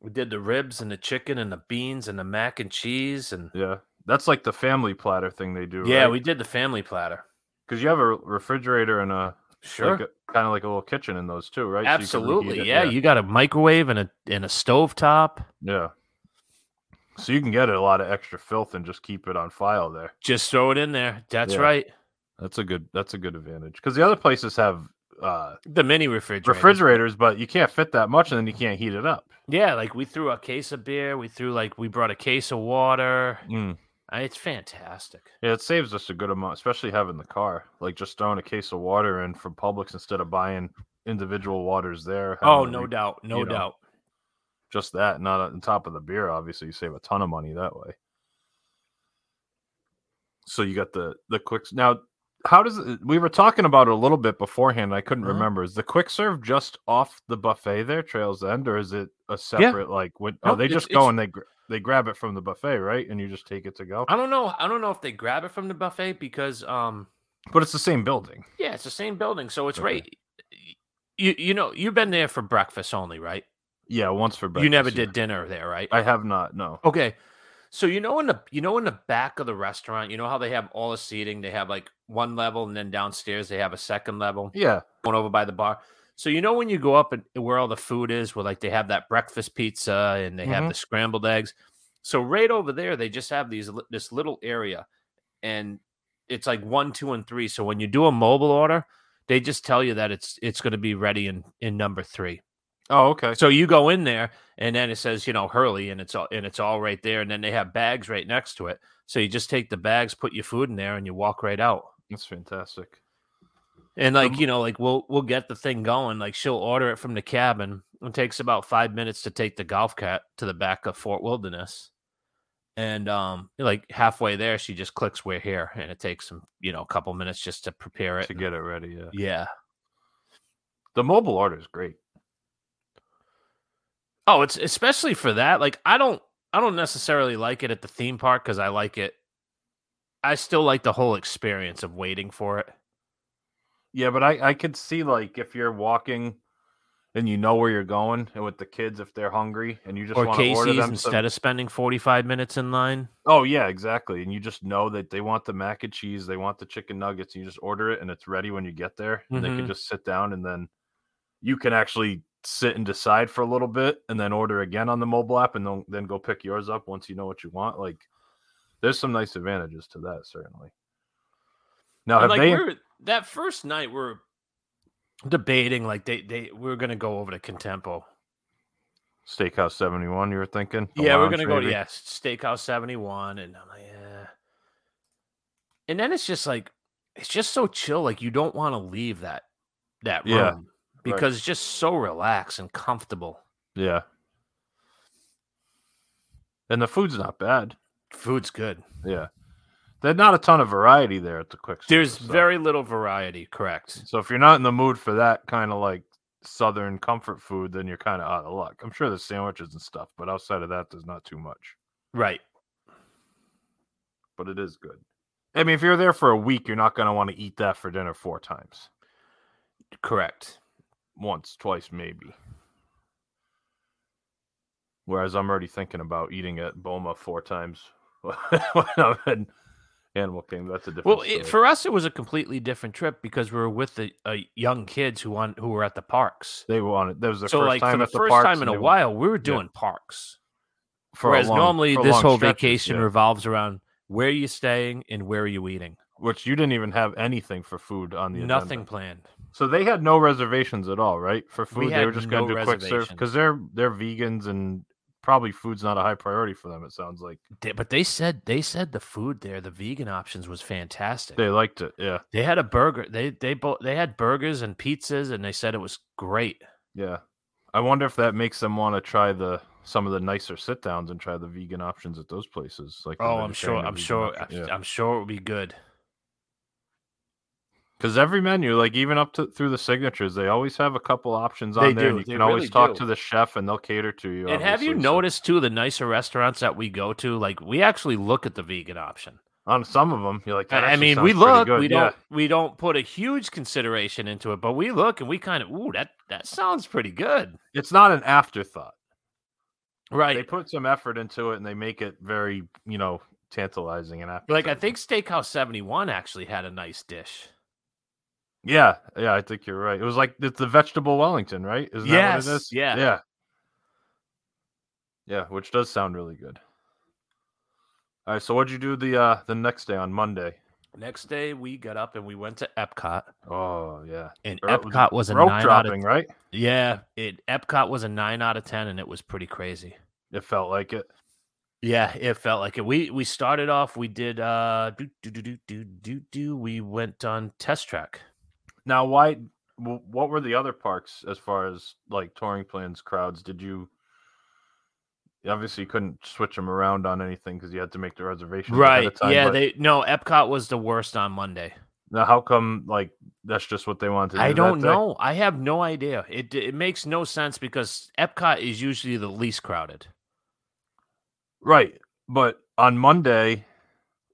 S7: We did the ribs and the chicken and the beans and the mac and cheese and
S6: Yeah. That's like the family platter thing they do.
S7: yeah, we did the family platter.
S6: because you have a refrigerator and a
S7: Sure,
S6: kind of like a little kitchen in those too, right? So you can reheat
S7: absolutely.
S6: it,
S7: yeah, you got a microwave and a and a stove top.
S6: Yeah. So you can get a lot of extra filth and just keep it on file there.
S7: Just throw it in there. That's
S6: Yeah.
S7: right.
S6: That's a good that's a good advantage. Because the other places have uh
S7: The mini refrigerator.
S6: refrigerators, but you can't fit that much and then you can't heat it up.
S7: Yeah, like we threw a case of beer. We threw like we brought a case of water.
S6: Mm.
S7: Uh, It's fantastic.
S6: Yeah, it saves us a good amount, especially having the car. Like just throwing a case of water in from Publix instead of buying individual waters there. having
S7: Oh,
S6: to
S7: no
S6: re-
S7: doubt, no
S6: you know.
S7: doubt.
S6: Just that, not on top of the beer, obviously you save a ton of money that way. So you got the the quick now. How does it- we were talking about it a little bit beforehand? I couldn't
S7: Mhm.
S6: remember. Is the quick serve just off the buffet there, Trails End, or is it a separate like? When, oh,
S7: No,
S6: they
S7: it's-
S6: just go
S7: it's-
S6: and they gr- they grab it from the buffet, right? And you just take it to go.
S7: I don't know. I don't know if they grab it from the buffet because um
S6: But it's the same building.
S7: yeah, it's the same building, so it's
S6: Okay.
S7: right. You you know you've been there for breakfast only, right?
S6: Yeah, once for breakfast.
S7: you never
S6: yeah.
S7: did dinner there, right?
S6: I have not. No.
S7: okay. So you know in the you know in the back of the restaurant, you know how they have all the seating, they have like one level and then downstairs they have a second level
S6: Yeah.
S7: going over by the bar. So you know when you go up and where all the food is, where like they have that breakfast pizza and they have
S6: Mhm.
S7: the scrambled eggs. So right over there, they just have these li- this little area, and it's like one, two, and three. So when you do a mobile order, they just tell you that it's it's going to be ready in in number three.
S6: Oh, okay.
S7: So you go in there, and then it says, you know, Hurley, and it's all and it's all right there. And then they have bags right next to it. So you just take the bags, put your food in there, and you walk right out.
S6: That's fantastic.
S7: And like you know, like we'll we'll get the thing going. Like she'll order it from the cabin. It takes about five minutes to take the golf cart to the back of Fort Wilderness. And um, like halfway there, she just clicks "We're here," and it takes them, you know, a couple minutes just to prepare it.
S6: To
S7: and-
S6: get it ready, yeah.
S7: yeah.
S6: The mobile order is great.
S7: Oh, it's especially for that. Like I don't I don't necessarily like it at the theme park because I like it. I still like the whole experience of waiting for it.
S6: Yeah, but I I could see like if you're walking and you know where you're going, and with the kids if they're hungry and you just
S7: or
S6: want to order
S7: Casey's
S6: them
S7: instead
S6: some-
S7: of spending forty five minutes in line.
S6: Oh yeah, exactly. And you just know that they want the mac and cheese, they want the chicken nuggets. You just order it, and it's ready when you get there. And they
S7: Mhm.
S6: can just sit down, and then you can actually sit and decide for a little bit, and then order again on the mobile app, and then then go pick yours up once you know what you want. Like, there's some nice advantages to that, certainly. Now, have
S7: And, like
S6: they?
S7: we were, that first night we are debating like they they we are gonna go over to Contempo.
S6: Steakhouse 71, you were thinking? The
S7: yeah, we're
S6: lounge,
S7: gonna go to
S6: maybe?
S7: yeah, Steakhouse Seventy One, and I'm like, yeah. And then it's just like it's just so chill. Like you don't want to leave that that room
S6: Yeah,
S7: because it's just so relaxed and comfortable.
S6: Yeah. And the food's not bad.
S7: Food's good.
S6: Yeah. There's not a ton of variety there at the quick service,
S7: There's
S6: so-
S7: very little variety. Correct.
S6: So if you're not in the mood for that kind of like southern comfort food, then you're kind of out of luck. I'm sure there's sandwiches and stuff, but outside of that, there's not too much.
S7: Right.
S6: But it is good. I mean, if you're there for a week, you're not going to want to eat that for dinner four times.
S7: Correct.
S6: Once, twice, maybe. Whereas I'm already thinking about eating at Boma four times when I'm in Animal Kingdom. That's a different
S7: Well, it,
S6: story.
S7: for us, it was a completely different trip because we were with the uh, young kids who on who were at the parks.
S6: they wanted that was their
S7: So,
S6: first
S7: like
S6: time
S7: for the
S6: at the
S7: first
S6: parks
S7: time in
S6: and
S7: a
S6: they-
S7: while, we were
S6: Yeah.
S7: doing parks.
S6: for a
S7: Whereas
S6: long-
S7: normally
S6: for
S7: this
S6: long
S7: whole
S6: stretches,
S7: vacation
S6: yeah.
S7: revolves around where you staying and where are you eating.
S6: which you didn't even have anything for food on the agenda.
S7: Nothing planned.
S6: So they had no reservations at all, right? For food, they
S7: had
S6: were just
S7: no
S6: going to do quick serve
S7: reservations.
S6: because they're they're vegans and probably food's not a high priority for them. It sounds like
S7: They- But they said they said the food there, the vegan options was fantastic.
S6: they
S7: They,
S6: liked it. Yeah,
S7: had a burger. They they both they had burgers and pizzas, and they said it was great.
S6: yeah. I wonder if that makes them want to try the some of the nicer sit downs and try the vegan options at those places. Like the
S7: Oh, I'm sure.
S6: Mediterranean
S7: I'm
S6: vegan
S7: sure. I'm,
S6: option. Yeah.
S7: I'm sure it would be good.
S6: Because every menu, like even up to through the signatures, they always have a couple options
S7: They
S6: on there. and
S7: do,
S6: you
S7: they
S6: can always
S7: really
S6: talk
S7: do.
S6: to the chef, and they'll cater to you.
S7: and have you
S6: obviously, so-
S7: noticed too? The nicer restaurants that we go to, like we actually look at the vegan option.
S6: on some of them? You're like, that
S7: I- I
S6: actually
S7: mean, we
S6: sounds pretty
S7: look.
S6: good,
S7: We
S6: yeah.
S7: don't. We don't put a huge consideration into it, but we look and we kind of. Ooh, that that sounds pretty good.
S6: It's not an afterthought.
S7: Right.
S6: they put some effort into it and they make it very you know tantalizing and appetizing.
S7: like I think Steakhouse Seventy One actually had a nice dish.
S6: yeah yeah i think you're right it was like it's the vegetable wellington right is
S7: Yes,
S6: that what it is
S7: yeah.
S6: yeah yeah which does sound really good all right so what'd you do the uh the next day on monday
S7: Next day we got up and we went to Epcot,
S6: oh yeah
S7: and
S6: Or it was
S7: Epcot was a
S6: rope
S7: nine out
S6: dropping
S7: of
S6: right
S7: yeah. It Epcot was a nine out of ten, and it was pretty crazy.
S6: it felt like it
S7: Yeah, it felt like it. We we started off. We did uh do do do do do do do. We went on test track.
S6: now why wh- what were the other parks as far as like touring plans crowds did you obviously you couldn't switch them around on anything because you had to make the reservations ahead of time,
S7: yeah.
S6: but
S7: They no. Epcot was the worst on Monday.
S6: now how come like that's just what they wanted to do
S7: I
S6: that
S7: don't
S6: day?
S7: know. I have no idea. It d- it makes no sense because Epcot is usually the least crowded.
S6: right but on monday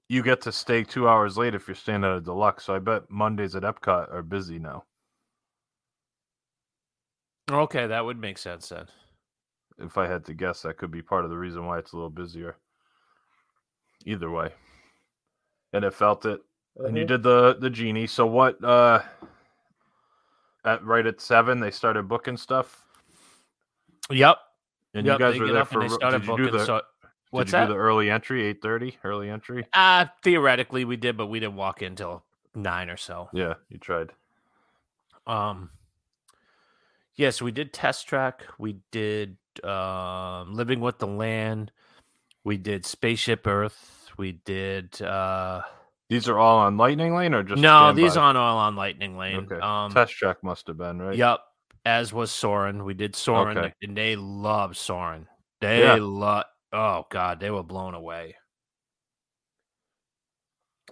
S6: you get to stay two hours late if you're staying at a deluxe so i bet mondays at epcot are busy now
S7: Okay, that would make sense then.
S6: if i had to guess that could be part of the reason why it's a little busier either way and it felt it and
S7: Mm-hmm.
S6: you did the the genie so what uh at right at seven they started booking stuff
S7: Yep.
S6: and
S7: yep,
S6: you guys
S7: they
S6: were
S7: get
S6: there
S7: up
S6: for
S7: and they
S6: ro-
S7: started
S6: did you do
S7: booking,
S6: the,
S7: so- what's
S6: did you
S7: that?
S6: do the early entry 8.30 early entry
S7: Uh, theoretically, we did, but we didn't walk in till nine or so.
S6: yeah you tried
S7: Um, yeah, so we did Test Track. We did um, Living with the Land. We did Spaceship Earth. We did. Uh,
S6: These are all on Lightning Lane or just
S7: no,
S6: standby?
S7: these aren't all on Lightning Lane.
S6: Okay.
S7: Um,
S6: Test track must have been right.
S7: Yep. As was Soren. We did Soren,
S6: Okay.
S7: and they love Soren. They
S6: Yeah.
S7: love. Oh God, they were blown away.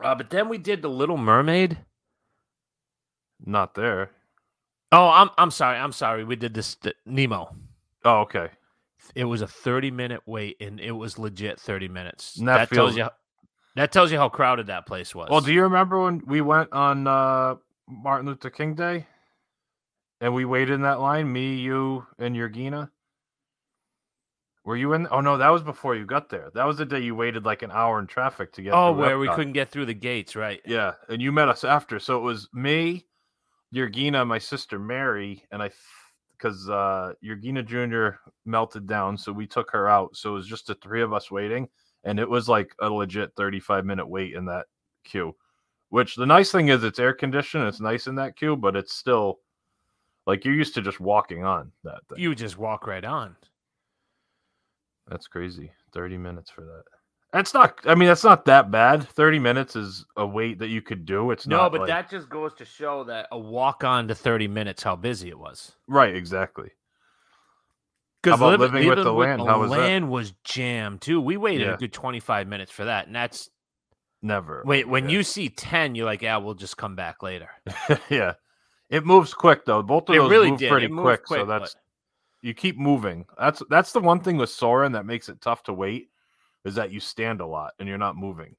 S7: Uh, but then we did the Little Mermaid.
S6: Not there.
S7: Oh, I'm I'm sorry. I'm sorry. We did this the, Nemo.
S6: Oh, okay.
S7: It was a 30 minute wait, and it was legit 30 minutes.
S6: And that
S7: tells
S6: feels-
S7: you. That tells you how crowded that place was.
S6: Well, do you remember when we went on uh, Martin Luther King Day and we waited in that line? Me, you, and your Gina? Were you in? Oh, no, that was before you got there. That was the day you waited like an hour in traffic to get
S7: oh,
S6: through
S7: where we
S6: Epcot.
S7: couldn't get through the gates, right?
S6: Yeah, and you met us after, so it was me, Yergina, my sister Mary, and I, because uh, Yergina Junior melted down, so we took her out. So it was just the three of us waiting, and it was like a legit thirty-five minute wait in that queue. Which the nice thing is, it's air conditioned. It's nice in that queue, but it's still like you're used to just walking on that thing.
S7: You just walk right on.
S6: That's crazy. 30 minutes for that. That's not, I mean, that's not that bad. 30 minutes is a wait that you could do. It's
S7: No,
S6: not
S7: but
S6: like-
S7: that just goes to show that a walk on to 30 minutes, how busy it was.
S6: right, exactly.
S7: Because
S6: about Living with the Land? How was that?
S7: land was jammed too. We waited
S6: Yeah.
S7: a good 25 minutes for that. And that's
S6: Never.
S7: wait, when
S6: Yeah.
S7: you see 10, you're like, yeah, we'll just come back later.
S6: yeah, it moves quick though. Both of
S7: It
S6: those
S7: really
S6: move
S7: did.
S6: pretty
S7: It moved
S6: quick,
S7: quick,
S6: so
S7: but-
S6: that's you keep moving. That's that's the one thing with Soren that makes it tough to wait is that you stand a lot and you're not moving.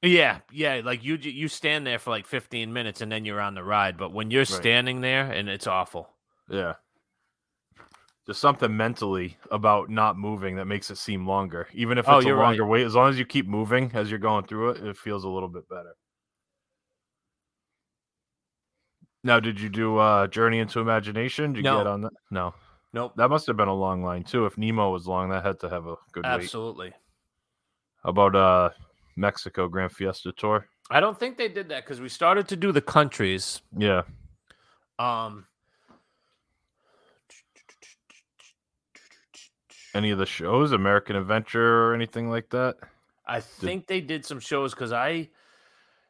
S7: Yeah, yeah. Like you, ju- you stand there for like 15 minutes and then you're on the ride. But when you're standing there and it's awful.
S6: Yeah, there's something mentally about not moving that makes it seem longer, even if it's
S7: Oh,
S6: a
S7: you're right.
S6: longer wait. As long as you keep moving as you're going through it, it feels a little bit better. Now, did you do uh, Journey into Imagination? Did you
S7: No.
S6: get on that? No.
S7: Nope.
S6: That must have been a long line too. If Nemo was long, that had to have a good wait.
S7: Absolutely.
S6: How about uh Mexico Grand Fiesta Tour?
S7: I don't think they did that because we started to do the countries
S6: Yeah.
S7: Um,
S6: Any of the shows, American Adventure or anything like that?
S7: I think they did some shows because I,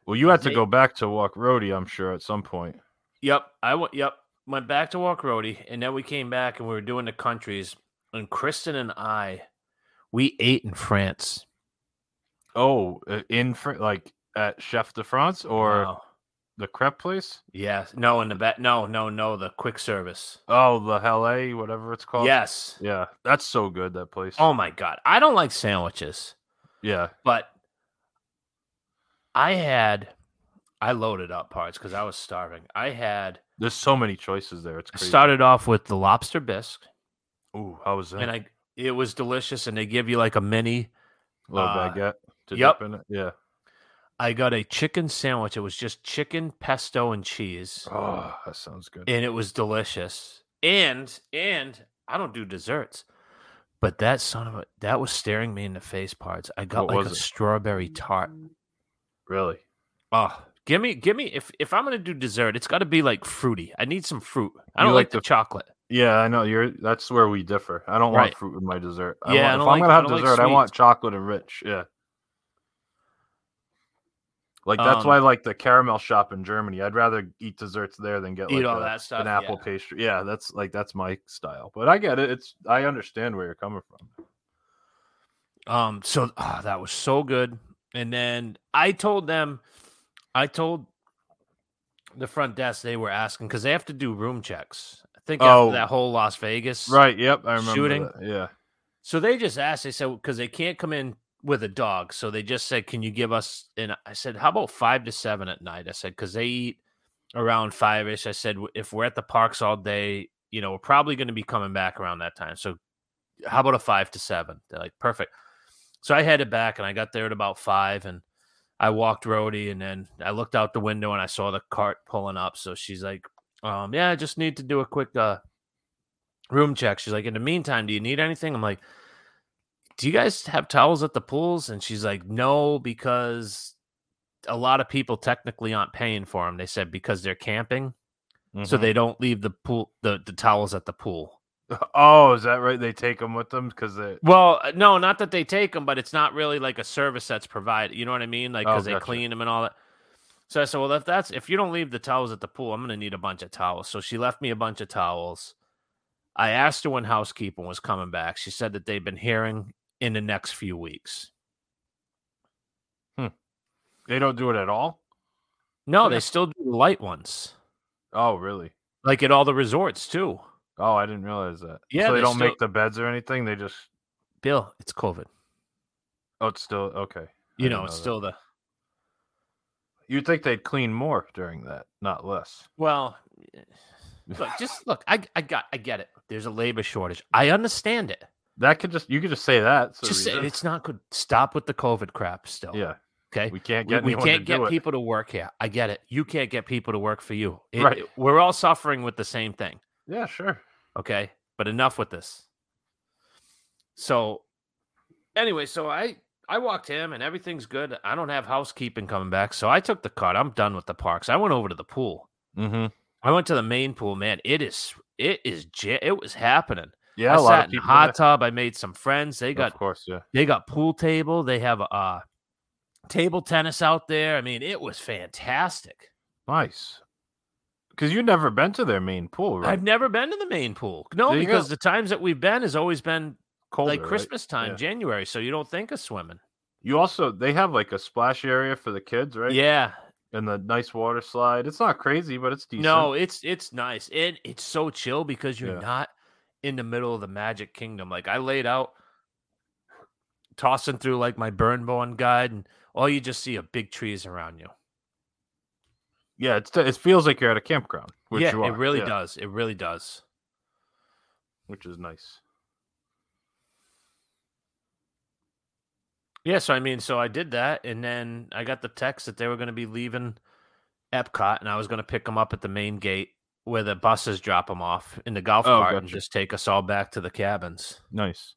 S6: Well, you had to
S7: They-
S6: go back to Walk Roadie, I'm sure, at some point.
S7: yep, I went, yep, went back to Walk Roadie, and then we came back and we were doing the countries, and Kristen and I, we ate in France.
S6: Oh, uh, in Fr- like at Chef de France or
S7: Wow.
S6: the crepe place?
S7: yes, no, in the back, no, no, no, the quick service.
S6: Oh, the Halle, whatever it's called.
S7: Yes.
S6: Yeah, that's so good that place.
S7: Oh my god, I don't like sandwiches,
S6: yeah.
S7: but I had, I loaded up parts because I was starving. I had
S6: There's so many choices there. It's
S7: I
S6: crazy.
S7: started off with the lobster bisque.
S6: Ooh, how was that?
S7: and I it was delicious. And they give you like a mini.
S6: Little
S7: uh,
S6: baguette to
S7: yep.
S6: dip in it. Yeah.
S7: I got a chicken sandwich. It was just chicken, pesto, and cheese,
S6: Oh, that sounds good.
S7: and it was delicious. And and I don't do desserts, but that son of a that was staring me in the face. Parts I got
S6: What
S7: like a
S6: was it?
S7: strawberry tart.
S6: really?
S7: Oh, give me give me if if I'm gonna do dessert, it's got to be like fruity. I need some fruit. I
S6: You
S7: don't
S6: like
S7: like,
S6: the-
S7: the chocolate.
S6: Yeah, I know you're. That's where we differ. I don't want
S7: Right.
S6: fruit in my dessert. I
S7: Yeah, I
S6: want, if
S7: don't
S6: I'm
S7: like-
S6: gonna
S7: I
S6: have
S7: don't like
S6: dessert, I want chocolate and rich. Yeah, like that's why I
S7: Um,
S6: like the caramel shop in Germany. I'd rather eat desserts there than get
S7: Eat
S6: like
S7: all
S6: a-
S7: that stuff,
S6: an apple
S7: yeah.
S6: pastry. Yeah, that's like that's my style. But I get it. It's I understand where you're coming from.
S7: Um, so ah, that was so good. And then I told them, I told the front desk they were asking because they have to do room checks. I think
S6: Oh.
S7: after that whole Las Vegas,
S6: Right. Yep. I remember.
S7: Shooting?
S6: that, Yeah.
S7: So they just asked. They said because they can't come in with a dog, so they just said, "Can you give us?" And I said, "How about five to seven at night?" I said because they eat around five ish. I said "W- if we're at the parks all day, you know, we're probably going to be coming back around that time. So how about a five to seven? They're like, "Perfect." So I headed back and I got there at about five and. I walked Rhodey and then I looked out the window and I saw the cart pulling up. So she's like, um, yeah, I just need to do a quick uh, room check. She's like, in the meantime, do you need anything? I'm like, do you guys have towels at the pools? And she's like, no, because a lot of people technically aren't paying for them. They said because they're
S8: Mhm.
S7: camping.
S6: Mm-hmm.
S7: so they don't leave the pool the, the towels at the pool.
S6: Oh, is that right? They take them with them because they.
S7: Well, uh, no, not that they take them, but it's not really like a service that's provided. You know what I mean? Like
S6: Oh,
S7: because they
S6: gotcha.
S7: clean them and all that. So I said, well, if that's if you don't leave the towels at the pool, I'm gonna need a bunch of towels. So she left me a bunch of towels. I asked her when housekeeping was coming back. She said that they've been hearing in the next few weeks.
S6: They don't do it at all.
S7: No, they still do the light ones,
S6: Oh, really?
S7: like at all the resorts too.
S6: Oh, I didn't realize that. So
S7: Yeah,
S6: they
S7: they
S6: don't
S7: still-
S6: make the beds or anything. They just.
S7: Bill, it's COVID.
S6: Oh, it's still okay.
S7: You
S6: didn't
S7: know,
S6: know
S7: it's
S6: that.
S7: still the
S6: You'd think they'd clean more during that, not less.
S7: Well, eh, look, just look. I I got I get it. There's a labor shortage. I understand it.
S6: That could just you could just say that. So
S7: just say it's not good. Stop with the COVID crap. Still,
S6: yeah,
S7: Okay,
S6: we can't
S7: we,
S6: get
S7: we
S6: anyone
S7: can't
S6: to
S7: get
S6: do it.
S7: people to work here. I get it. You can't get people to work for you. It-
S6: Right.
S7: it- we're all suffering with the same thing.
S6: Yeah, sure.
S7: Okay, but enough with this. So, anyway, so I I walked him and everything's good. I don't have housekeeping coming back, so I took the cut. I'm done with the parks. I went over to the pool.
S6: Mm-hmm.
S7: I went to the main pool, man. It is it is ja- it was happening.
S6: Yeah,
S7: I
S6: a lot
S7: sat
S6: of
S7: in a
S6: people.
S7: hot
S6: there.
S7: tub. I made some friends. They got
S6: of course, yeah.
S7: they got pool table. They have a uh, table tennis out there. I mean, it was fantastic.
S6: Nice. Because you've never been to their main pool, right?
S7: I've never been to the main pool. No,
S6: There you
S7: because
S6: go.
S7: the times that we've been has always been
S6: Colder,
S7: like
S6: right?
S7: Christmas time,
S6: Yeah.
S7: January. So you don't think of swimming.
S6: You also they have like a splash area for the kids, right?
S7: Yeah.
S6: And the nice water slide. It's not crazy, but it's decent.
S7: No, it's it's nice. And it's so chill because you're
S6: Yeah.
S7: not in the middle of the magic kingdom. Like I laid out tossing through like my burn bone guide and all you just see are big trees around you.
S6: Yeah, it's it feels like you're at a campground, which
S7: yeah,
S6: you
S7: it
S6: are,
S7: really
S6: yeah,
S7: does. It really does.
S6: which is nice.
S7: Yeah, so I mean, so I did that, and then I got the text that they were going to be leaving Epcot, and I was going to pick them up at the main gate where the buses drop them off in the golf
S6: Oh,
S7: cart and
S6: gotcha.
S7: just take us all back to the cabins.
S6: Nice.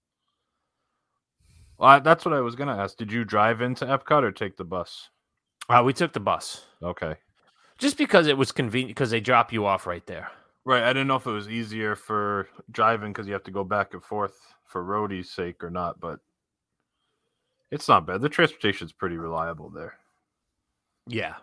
S6: Well, I, that's what I was gonna ask. Did you drive into Epcot or take the bus?
S7: Uh, we took the bus
S6: Okay.
S7: just because it was convenient because they drop you off right there.
S6: Right. I didn't know if it was easier for driving because you have to go back and forth for roadie's sake or not, but it's not bad. The transportation's pretty reliable there.
S7: Yeah.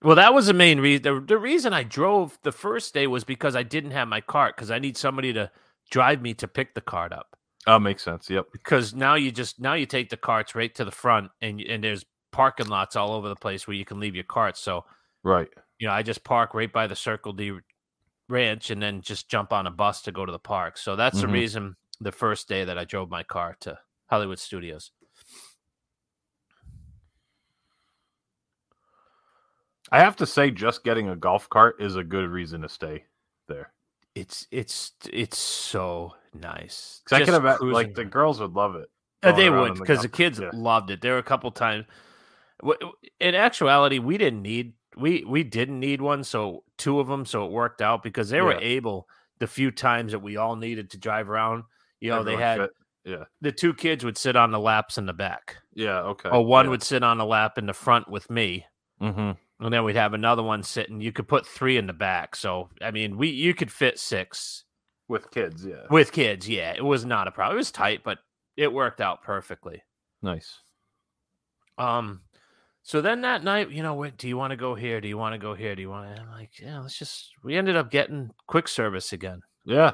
S7: Well, that was the main reason. The, the reason I drove the first day was because I didn't have my cart because I need somebody to drive me to pick the cart up.
S6: Oh, makes sense. Yep.
S7: because now you just now you take the carts right to the front and y- and there's parking lots all over the place where you can leave your carts. So
S6: Right.
S7: you know, I just park right by the Circle D r- Ranch and then just jump on a bus to go to the park. So that's
S6: Mhm.
S7: the reason the first day that I drove my car to Hollywood Studios.
S6: I have to say, just getting a golf cart is a good reason to stay there.
S7: It's it's it's so nice.
S6: 'Cause I
S7: Just
S6: can imagine,
S7: cruising
S6: like, the
S7: around.
S6: girls would love it.
S7: Uh,
S6: going
S7: they
S6: around
S7: would
S6: in
S7: because the,
S6: golf-
S7: kids
S6: yeah.
S7: loved it. There were a couple times. w- w- In actuality, we didn't need we we didn't need one, so two of them, so it worked out because they were
S6: Yeah.
S7: able the few times that we all needed to drive around. You know, they
S6: Everyone
S7: had
S6: fit.
S7: the two kids would sit on the laps in the back,
S6: Yeah. Okay.
S7: or one
S6: yeah.
S7: would sit on the lap in the front with me,
S6: Mhm.
S7: and then we'd have another one sitting. You could put three in the back, so I mean, we you could fit six
S6: With kids. Yeah.
S7: with kids. Yeah, it was not a problem. It was tight, but it worked out perfectly.
S6: Nice.
S7: Um, so then that night, you know, went, do you want to go here? Do you want to go here? Do you want to? I'm like, yeah, let's just. We ended up getting quick service again.
S6: Yeah.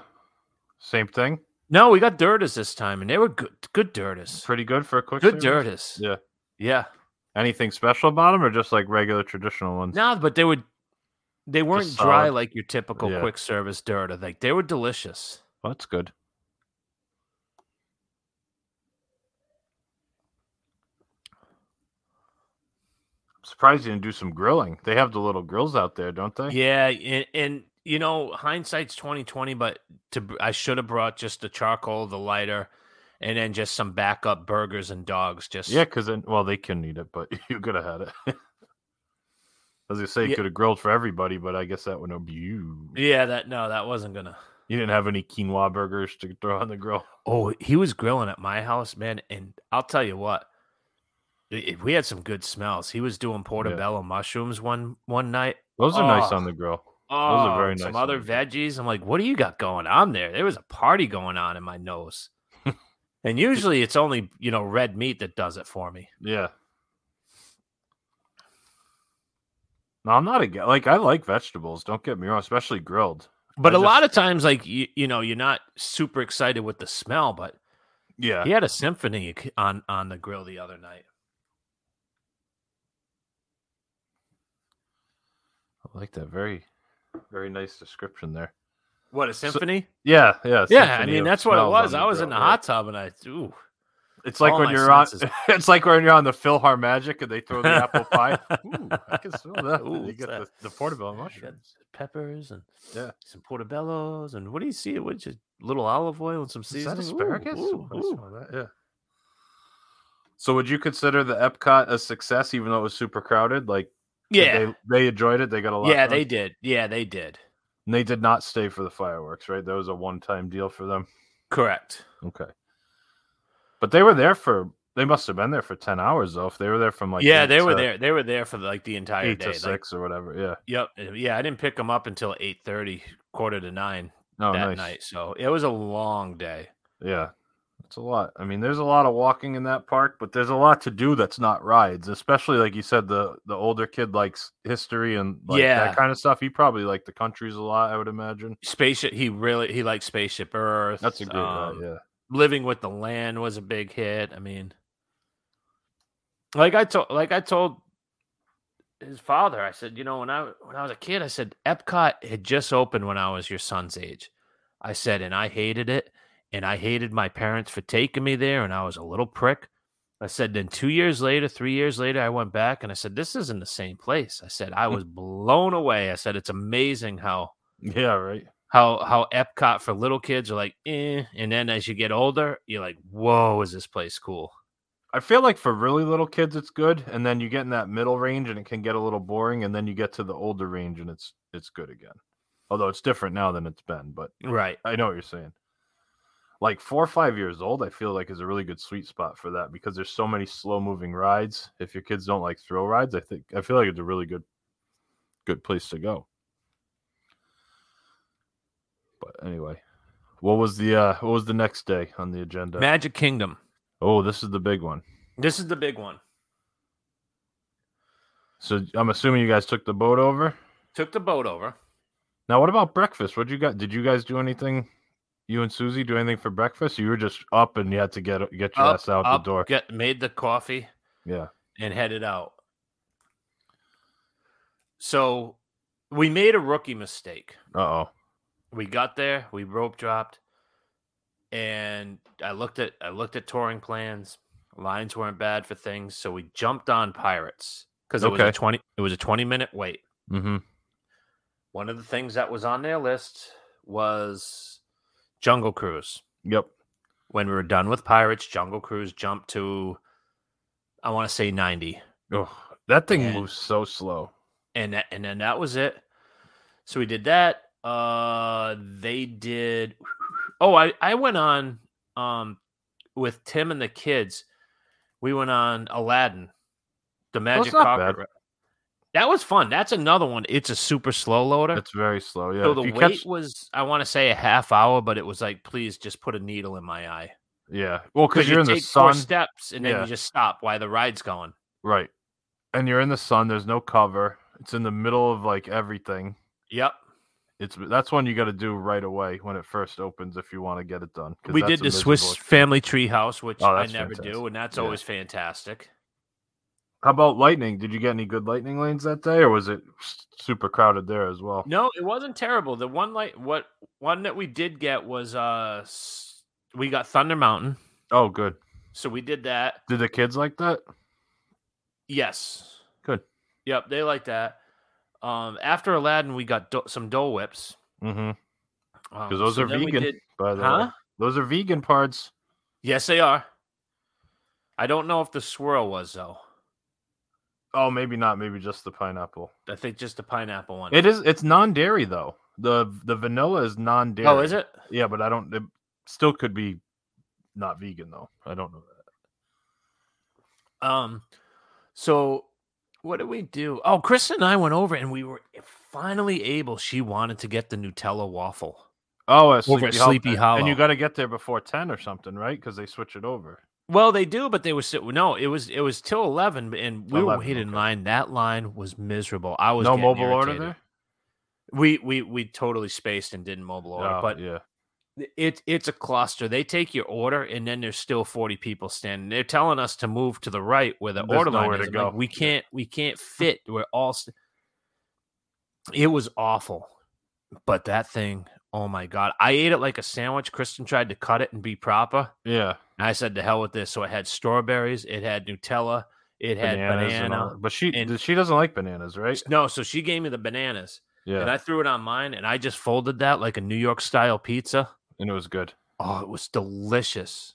S6: Same thing.
S7: No, we got Dirtas this time, and they were good, good Dirtas,
S6: Pretty good for a quick
S7: good
S6: service.
S7: Dirtas.
S6: Yeah.
S7: yeah.
S6: Anything special about them or just like regular traditional ones?
S7: No, but they were, they weren't dry
S6: solid.
S7: like your typical
S6: Yeah.
S7: quick service Dirta. Like they were delicious.
S6: Well, that's good. Surprised you didn't do some grilling. They have the little grills out there, don't they?
S7: Yeah, and, and you know, hindsight's twenty twenty, but to br- I should have brought just the charcoal, the lighter, and then just some backup burgers and dogs. Just
S6: Yeah, because then, well, they can eat it, but you could have had it. As you say, you
S7: Yeah.
S6: could have grilled for everybody, but I guess that would have been you.
S7: yeah. That no, that wasn't gonna.
S6: You didn't have any quinoa burgers to throw on the grill.
S7: Oh, he was grilling at my house, man. And I'll tell you what, I- I- We had some good smells. He was doing portobello mushrooms one one night.
S6: Those are nice
S7: Oh.
S6: on the grill.
S7: Oh,
S6: are very
S7: some
S6: nice
S7: other
S6: ones.
S7: veggies. I'm like, what do you got going on there? There was a party going on in my nose. and usually it's only you know red meat that does it for me.
S6: Yeah. No, I'm not against. Like I like vegetables. Don't get me wrong, especially grilled.
S7: But
S6: I
S7: a lot of
S6: just-
S7: times, like you, you know, you're not super excited with the smell. But
S6: Yeah.
S7: he had a symphony c- on on the grill the other night.
S6: I like that very, very nice description there.
S7: What a
S6: symphony?
S7: symphony!
S6: Yeah, yeah.
S7: yeah, I
S6: symphony
S7: mean
S6: of
S7: that's what it
S6: smells on
S7: was. I
S6: the
S7: was in the
S6: grill, right?
S7: hot tub and I ooh.
S6: It's like
S7: All
S6: when
S7: my
S6: you're on.
S7: senses.
S6: It's like when you're on the Philhar Magic and they throw the apple pie. Ooh, I can smell that.
S7: Ooh,
S6: you
S7: what's
S6: get the,
S7: that?
S6: the portobello
S7: You got
S6: mushrooms.
S7: peppers and
S6: Yeah.
S7: some portobellos and what do you see? What just little olive oil and some
S6: Is that
S7: seasoning. Ooh,
S6: asparagus?
S7: ooh,
S6: I
S7: ooh.
S6: smell that, Yeah. So would you consider the Epcot a success, even though it was super crowded? Like, did
S7: Yeah,
S6: they, they enjoyed it. They got a lot.
S7: yeah,
S6: done?
S7: they did. Yeah, they did.
S6: And they did not stay for the fireworks, right? That was a one-time deal for them.
S7: Correct.
S6: Okay. But they were there for. They must have been there for ten hours though. If they were there from like
S7: yeah,
S6: eight
S7: they were
S6: to-
S7: there. They were there for like the entire
S6: eight
S7: day.
S6: to
S7: like,
S6: six or whatever. Yeah.
S7: yep. Yeah, I didn't pick them up until eight thirty, quarter to nine
S6: No,
S7: that
S6: Oh, nice.
S7: night. So it was a long day.
S6: Yeah. It's a lot. I mean, there's a lot of walking in that park, but there's a lot to do that's not rides, especially like you said, the the older kid likes history and like
S7: Yeah.
S6: that kind of stuff. He probably liked the countries a lot, I would imagine.
S7: Spaceship. He really he liked Spaceship Earth.
S6: That's a great ride,
S7: um,
S6: yeah.
S7: Living with the Land was a big hit. I mean, like I told, like I told his father, I said, you know, when I when I was a kid, I said Epcot had just opened when I was your son's age. I said, and I hated it, and I hated my parents for taking me there, and I was a little prick. I said, then two years later, three years later, I went back and I said, this isn't the same place. I said,
S6: Hmm.
S7: I was blown away. I said, it's amazing how
S6: Yeah, right.
S7: how how Epcot for little kids are like, eh, and then as you get older, you're like, whoa, is this place cool?
S6: I feel like for really little kids it's good, and then you get in that middle range and it can get a little boring, and then you get to the older range and it's it's good again. Although it's different now than it's been, but
S7: Right.
S6: I know what you're saying. Like four or five years old, I feel like is a really good sweet spot for that because there's so many slow moving rides. If your kids don't like thrill rides, I think I feel like it's a really good good place to go. But anyway, what was the uh what was the next day on the agenda?
S7: Magic Kingdom.
S6: oh, this is the big one.
S7: This is the big one.
S6: So I'm assuming you guys took the boat over.
S7: Took the boat over.
S6: Now what about breakfast? What you got? Did you guys do anything? You and Susie do anything for breakfast? You were just up and you had to get get your ass out the door.
S7: Get, made the coffee
S6: yeah.
S7: and headed out. So we made a rookie mistake.
S6: Uh oh.
S7: we got there we rope dropped and i looked at i looked at touring plans lines weren't bad for things so we jumped on pirates because it was
S6: Okay.
S7: a 20 it was a 20 minute wait
S6: Mm-hmm.
S7: one of the things that was on their list was jungle cruise
S6: Yep.
S7: when we were done with pirates jungle cruise jumped to i want to say 90
S6: Oh, that thing
S7: And-
S6: moves so slow.
S7: and that, and then that was it. So we did that. Uh, they did. Oh, I I went on um with Tim and the kids. We went on Aladdin, the Magic
S6: not
S7: Carpet.
S6: bad.
S7: ride. That was fun. That's another one. It's a super slow loader.
S6: It's very slow. Yeah.
S7: so
S6: if
S7: the
S6: you
S7: wait
S6: catch-
S7: was I want to say a half hour, but it was like please just put a needle in my eye
S6: yeah. Well, because
S7: you
S6: you're in the
S7: take four
S6: sun,
S7: steps and then
S6: Yeah.
S7: you just stop while the ride's going.
S6: right? And you're in the sun. There's no cover. It's in the middle of like everything.
S7: Yep.
S6: It's that's one you got to do right away when it first opens if you want to get it done. 'cause
S7: we
S6: that's
S7: did
S6: a
S7: the Swiss
S6: miserable-
S7: Family Treehouse, which
S6: Oh,
S7: I
S6: that's
S7: never
S6: fantastic.
S7: do, and that's
S6: Yeah.
S7: always fantastic.
S6: How about lightning? Did you get any good lightning lanes that day, or was it s- super crowded there as well?
S7: No, it wasn't terrible. The one like what one that we did get was uh s- we got Thunder Mountain,
S6: Oh, good.
S7: so we did that.
S6: Did the kids like that?
S7: Yes,
S6: Good.
S7: Yep, they like that. Um, after Aladdin, we got do- some Dole Whips Um,
S6: Mm-hmm.
S7: because
S6: Because those are vegan. By the
S7: huh?
S6: way, those are vegan parts.
S7: Yes, they are. I don't know if the swirl was though.
S6: Oh, maybe not. Maybe just the pineapple.
S7: I think just the pineapple one.
S6: It is. It's non-dairy though. the The vanilla is non-dairy.
S7: oh, is it?
S6: Yeah, but I don't. It still could be not vegan though. I don't know that.
S7: Um, so what did we do? Oh, Chris and I went over and we were finally able. She wanted to get the Nutella waffle.
S6: Oh, at
S7: Over at Sleepy
S6: And
S7: Hollow.
S6: you got to get there before 10 or something, right? Because they switch it over.
S7: Well, they do, but they were still no. It was it was till eleven, and we were
S6: 11,
S7: waiting in
S6: okay.
S7: line. That line was miserable. I was
S6: No
S7: getting
S6: mobile order
S7: irritated.
S6: there?
S7: We we we totally spaced and didn't mobile order,
S6: Oh,
S7: but
S6: yeah.
S7: it it's a cluster. They take your order, and then there's still forty people standing. They're telling us to move to the right where the
S6: There's
S7: order line
S6: nowhere
S7: is.
S6: to
S7: I'm like,
S6: go.
S7: we
S6: Yeah.
S7: can't we can't fit. We're all. St- it was awful, but that thing. Oh my god! I ate it like a sandwich. Kristen tried to cut it and be proper.
S6: Yeah.
S7: And I said, "To hell with this." So it had strawberries, it had Nutella, it had
S6: and all
S7: banana.
S6: that. But she
S7: and-
S6: she doesn't like bananas, right?
S7: No, so she gave me the bananas,
S6: Yeah.
S7: and I threw it on mine, and I just folded that like a New York style pizza.
S6: and it was good.
S7: Oh, it was delicious.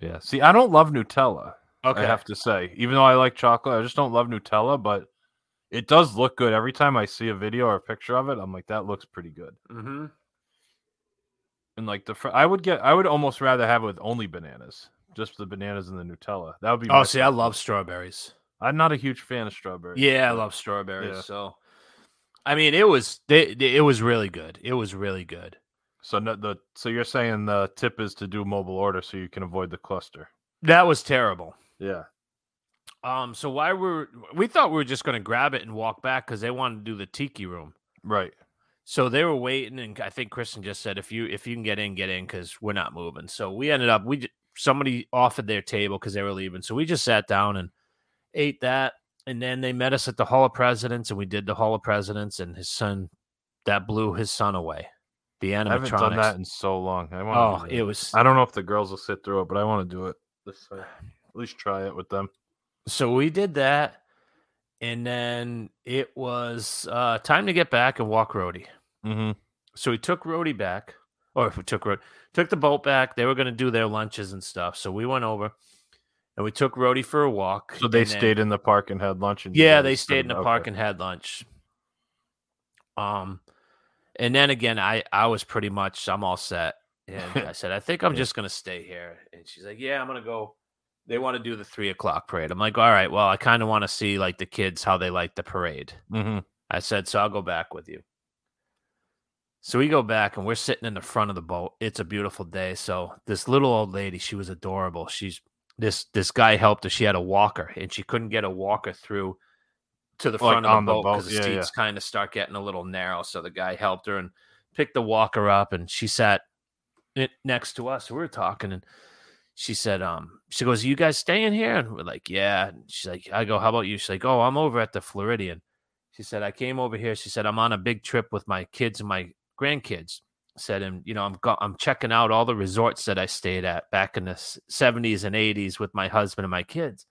S6: Yeah. See, I don't love Nutella.
S7: Okay,
S6: I have to say, even though I like chocolate, I just don't love Nutella, but it does look good. Every time I see a video or a picture of it, I'm like, that looks pretty good.
S7: hmm
S6: And like the, fr- I would get, I would almost rather have it with only bananas, just the bananas and the Nutella. That would be.
S7: Oh,
S6: my
S7: see, I
S6: preference.
S7: love strawberries.
S6: I'm not a huge fan of strawberry.
S7: Yeah, I love strawberries.
S6: Yeah.
S7: So, I mean, it was they, they- it was really good. It was really good.
S6: So no, the so you're saying the tip is to do mobile order so you can avoid the cluster.
S7: That was terrible.
S6: Yeah.
S7: Um, so why were we thought we were just going to grab it and walk back because they wanted to do the tiki room.
S6: Right.
S7: So they were waiting, and I think Kristen just said, "If you if you can get in, get in, because we're not moving." So we ended up we ju- somebody offered their table because they were leaving, so we just sat down and ate that, and then they met us at the Hall of Presidents, and we did the Hall of Presidents, and his son that blew his son away, the
S6: I haven't done that
S7: animatronics.
S6: in so long. I
S7: Oh,
S6: want.
S7: it was
S6: I don't know if the girls will sit through it, but I want to do it. This time. At least try it with them.
S7: so we did that, and then it was uh time to get back and walk roadie.
S6: Mm-hmm.
S7: so we took Rhodey back, or if we took Rhodey, took the boat back. They were going to do their lunches and stuff, so we went over and we took Rhodey for a walk.
S6: So they
S7: and then-
S6: stayed in the park and had lunch. And you
S7: yeah,
S6: guys
S7: they
S6: didn't-
S7: stayed in the park
S6: okay.
S7: and had lunch. Um, and then again, I I was pretty much I'm all set, and I said I think I'm
S6: Yeah.
S7: just going to stay here, and she's like, Yeah, I'm going to go. They want to do the three o'clock parade. I'm like, All right, well, I kind of want to see like the kids how they like the parade.
S6: Mhm.
S7: I said, so I'll go back with you. So we go back and we're sitting in the front of the boat. It's a beautiful day. So this little old lady, she was adorable. She's this this guy helped her. She had a walker and she couldn't get a walker through to the
S6: Like,
S7: front of
S6: on
S7: the
S6: the
S7: boat
S6: boat,
S7: because the
S6: yeah, yeah.
S7: seats kind of start getting a little narrow. So the guy helped her and picked the walker up and she sat it next to us. We were talking and she said, um, she goes, You guys staying here? And we're like, Yeah. And she's like, I go, How about you? She's like, Oh, I'm over at the Floridian. She said, I came over here. She said, I'm on a big trip with my kids and my grandkids. Said, and you know, I'm go- I'm checking out all the resorts that I stayed at back in the s- 70s and 80s with my husband and my kids.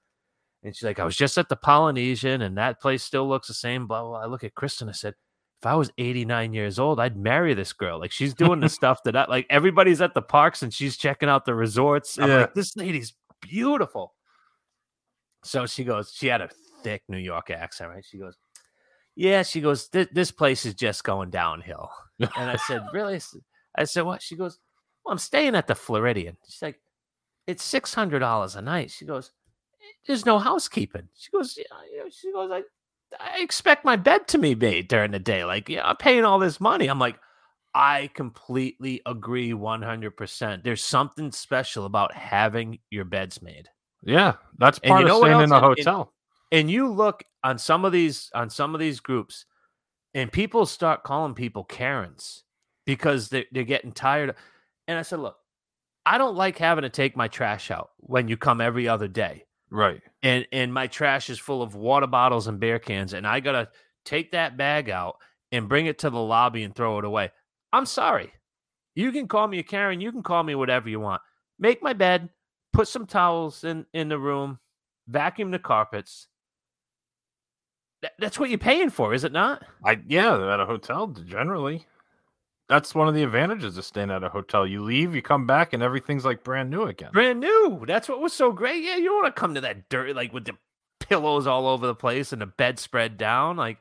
S7: And she's like, I was just at the Polynesian, and that place still looks the same. Blah blah. blah." I look at Kristen. I said, if I was 89 years old, I'd marry this girl. Like she's doing the stuff that I like. Everybody's at the parks and she's checking out the resorts. I'm
S6: Yeah.
S7: like, this lady's beautiful. So she goes, she had a thick New York accent, right? She goes, yeah. She goes, "Thi- this place is just going downhill. And I said, really? I s- I said, what? She goes, well, I'm staying at the Floridian. She's like, it's six hundred dollars a night. She goes, there's no housekeeping. She goes, yeah, yeah, she goes, I, I expect my bed to be made during the day. Like, yeah, I'm paying all this money. I'm like, I completely agree, one hundred percent. There's something special about having your beds made.
S6: Yeah, that's
S7: And you
S6: part
S7: know
S6: of
S7: what
S6: staying in a
S7: else? And- and-
S6: hotel.
S7: And you look on some of these on some of these groups, and people start calling people Karens because they're they're getting tired. And I said, look, I don't like having to take my trash out when you come every other day
S6: right.
S7: and and my trash is full of water bottles and beer cans and i gotta take that bag out and bring it to the lobby and throw it away i'm sorry you can call me a karen you can call me whatever you want make my bed put some towels in in the room vacuum the carpets That- that's what you're paying for is it not
S6: I yeah, at a hotel generally. That's one of the advantages of staying at a hotel. You leave, you come back, and everything's like brand new again.
S7: brand new that's what was so great yeah you don't want to come to that dirty like with the pillows all over the place and the bed spread down like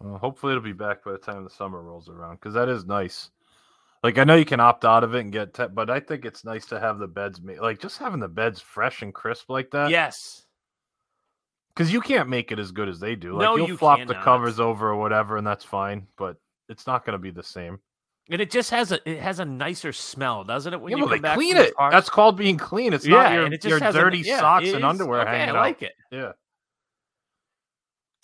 S6: Well, hopefully, it'll be back by the time the summer rolls around because that is nice. Like I know you can opt out of it and get, te- but I think it's nice to have the beds made. Like just having the beds fresh and crisp like that.
S7: yes.
S6: Because you can't make it as good as they do. Like
S7: No,
S6: you'll
S7: you
S6: flop the
S7: cannot.
S6: covers over or whatever, and that's fine. But it's not going to be the same.
S7: And it just has a it has a nicer smell, doesn't it? When
S6: yeah,
S7: you
S6: but
S7: come
S6: they
S7: back from
S6: clean
S7: the
S6: it.
S7: park?
S6: That's called being clean. It's
S7: yeah,
S6: not your,
S7: and it just
S6: your
S7: has a-
S6: dirty
S7: yeah,
S6: socks
S7: it
S6: and
S7: is.
S6: underwear
S7: Okay,
S6: hanging
S7: I
S6: out.
S7: like it.
S6: Yeah.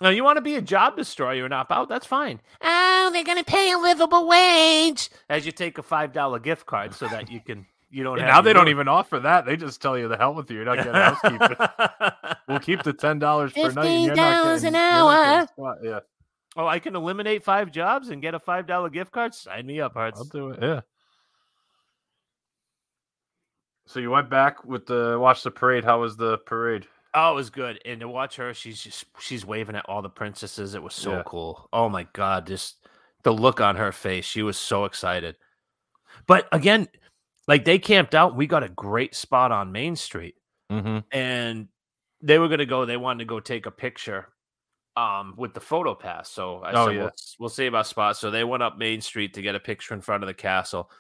S7: Now you want to be a job destroyer and opt out? That's fine. Oh, they're gonna pay a livable wage as you take a five dollar gift card so that you can you don't.
S6: And
S7: have
S6: now
S7: your
S6: they don't
S7: room.
S6: even offer that. They just tell you the hell with you. You're not getting housekeeping. we'll keep the ten dollars per night. and You're not
S7: $15
S6: getting,
S7: an
S6: you're not getting spot- Yeah,
S7: oh, I can eliminate five jobs and get a five dollar gift card. Sign me up, Hearts.
S6: I'll do it. Yeah. So you went back with the watch the parade. How was the parade?
S7: Oh, it was good. And to watch her, she's just she's waving at all the princesses. It was so
S6: Yeah.
S7: cool. Oh my god, just the look on her face. She was so excited. But again, like they camped out. We got a great spot on Main Street.
S6: Mm-hmm.
S7: And they were gonna go, they wanted to go take a picture um with the photo pass. So I
S6: Oh,
S7: said
S6: yeah.
S7: we'll, we'll save our spot. So they went up Main Street to get a picture in front of the castle.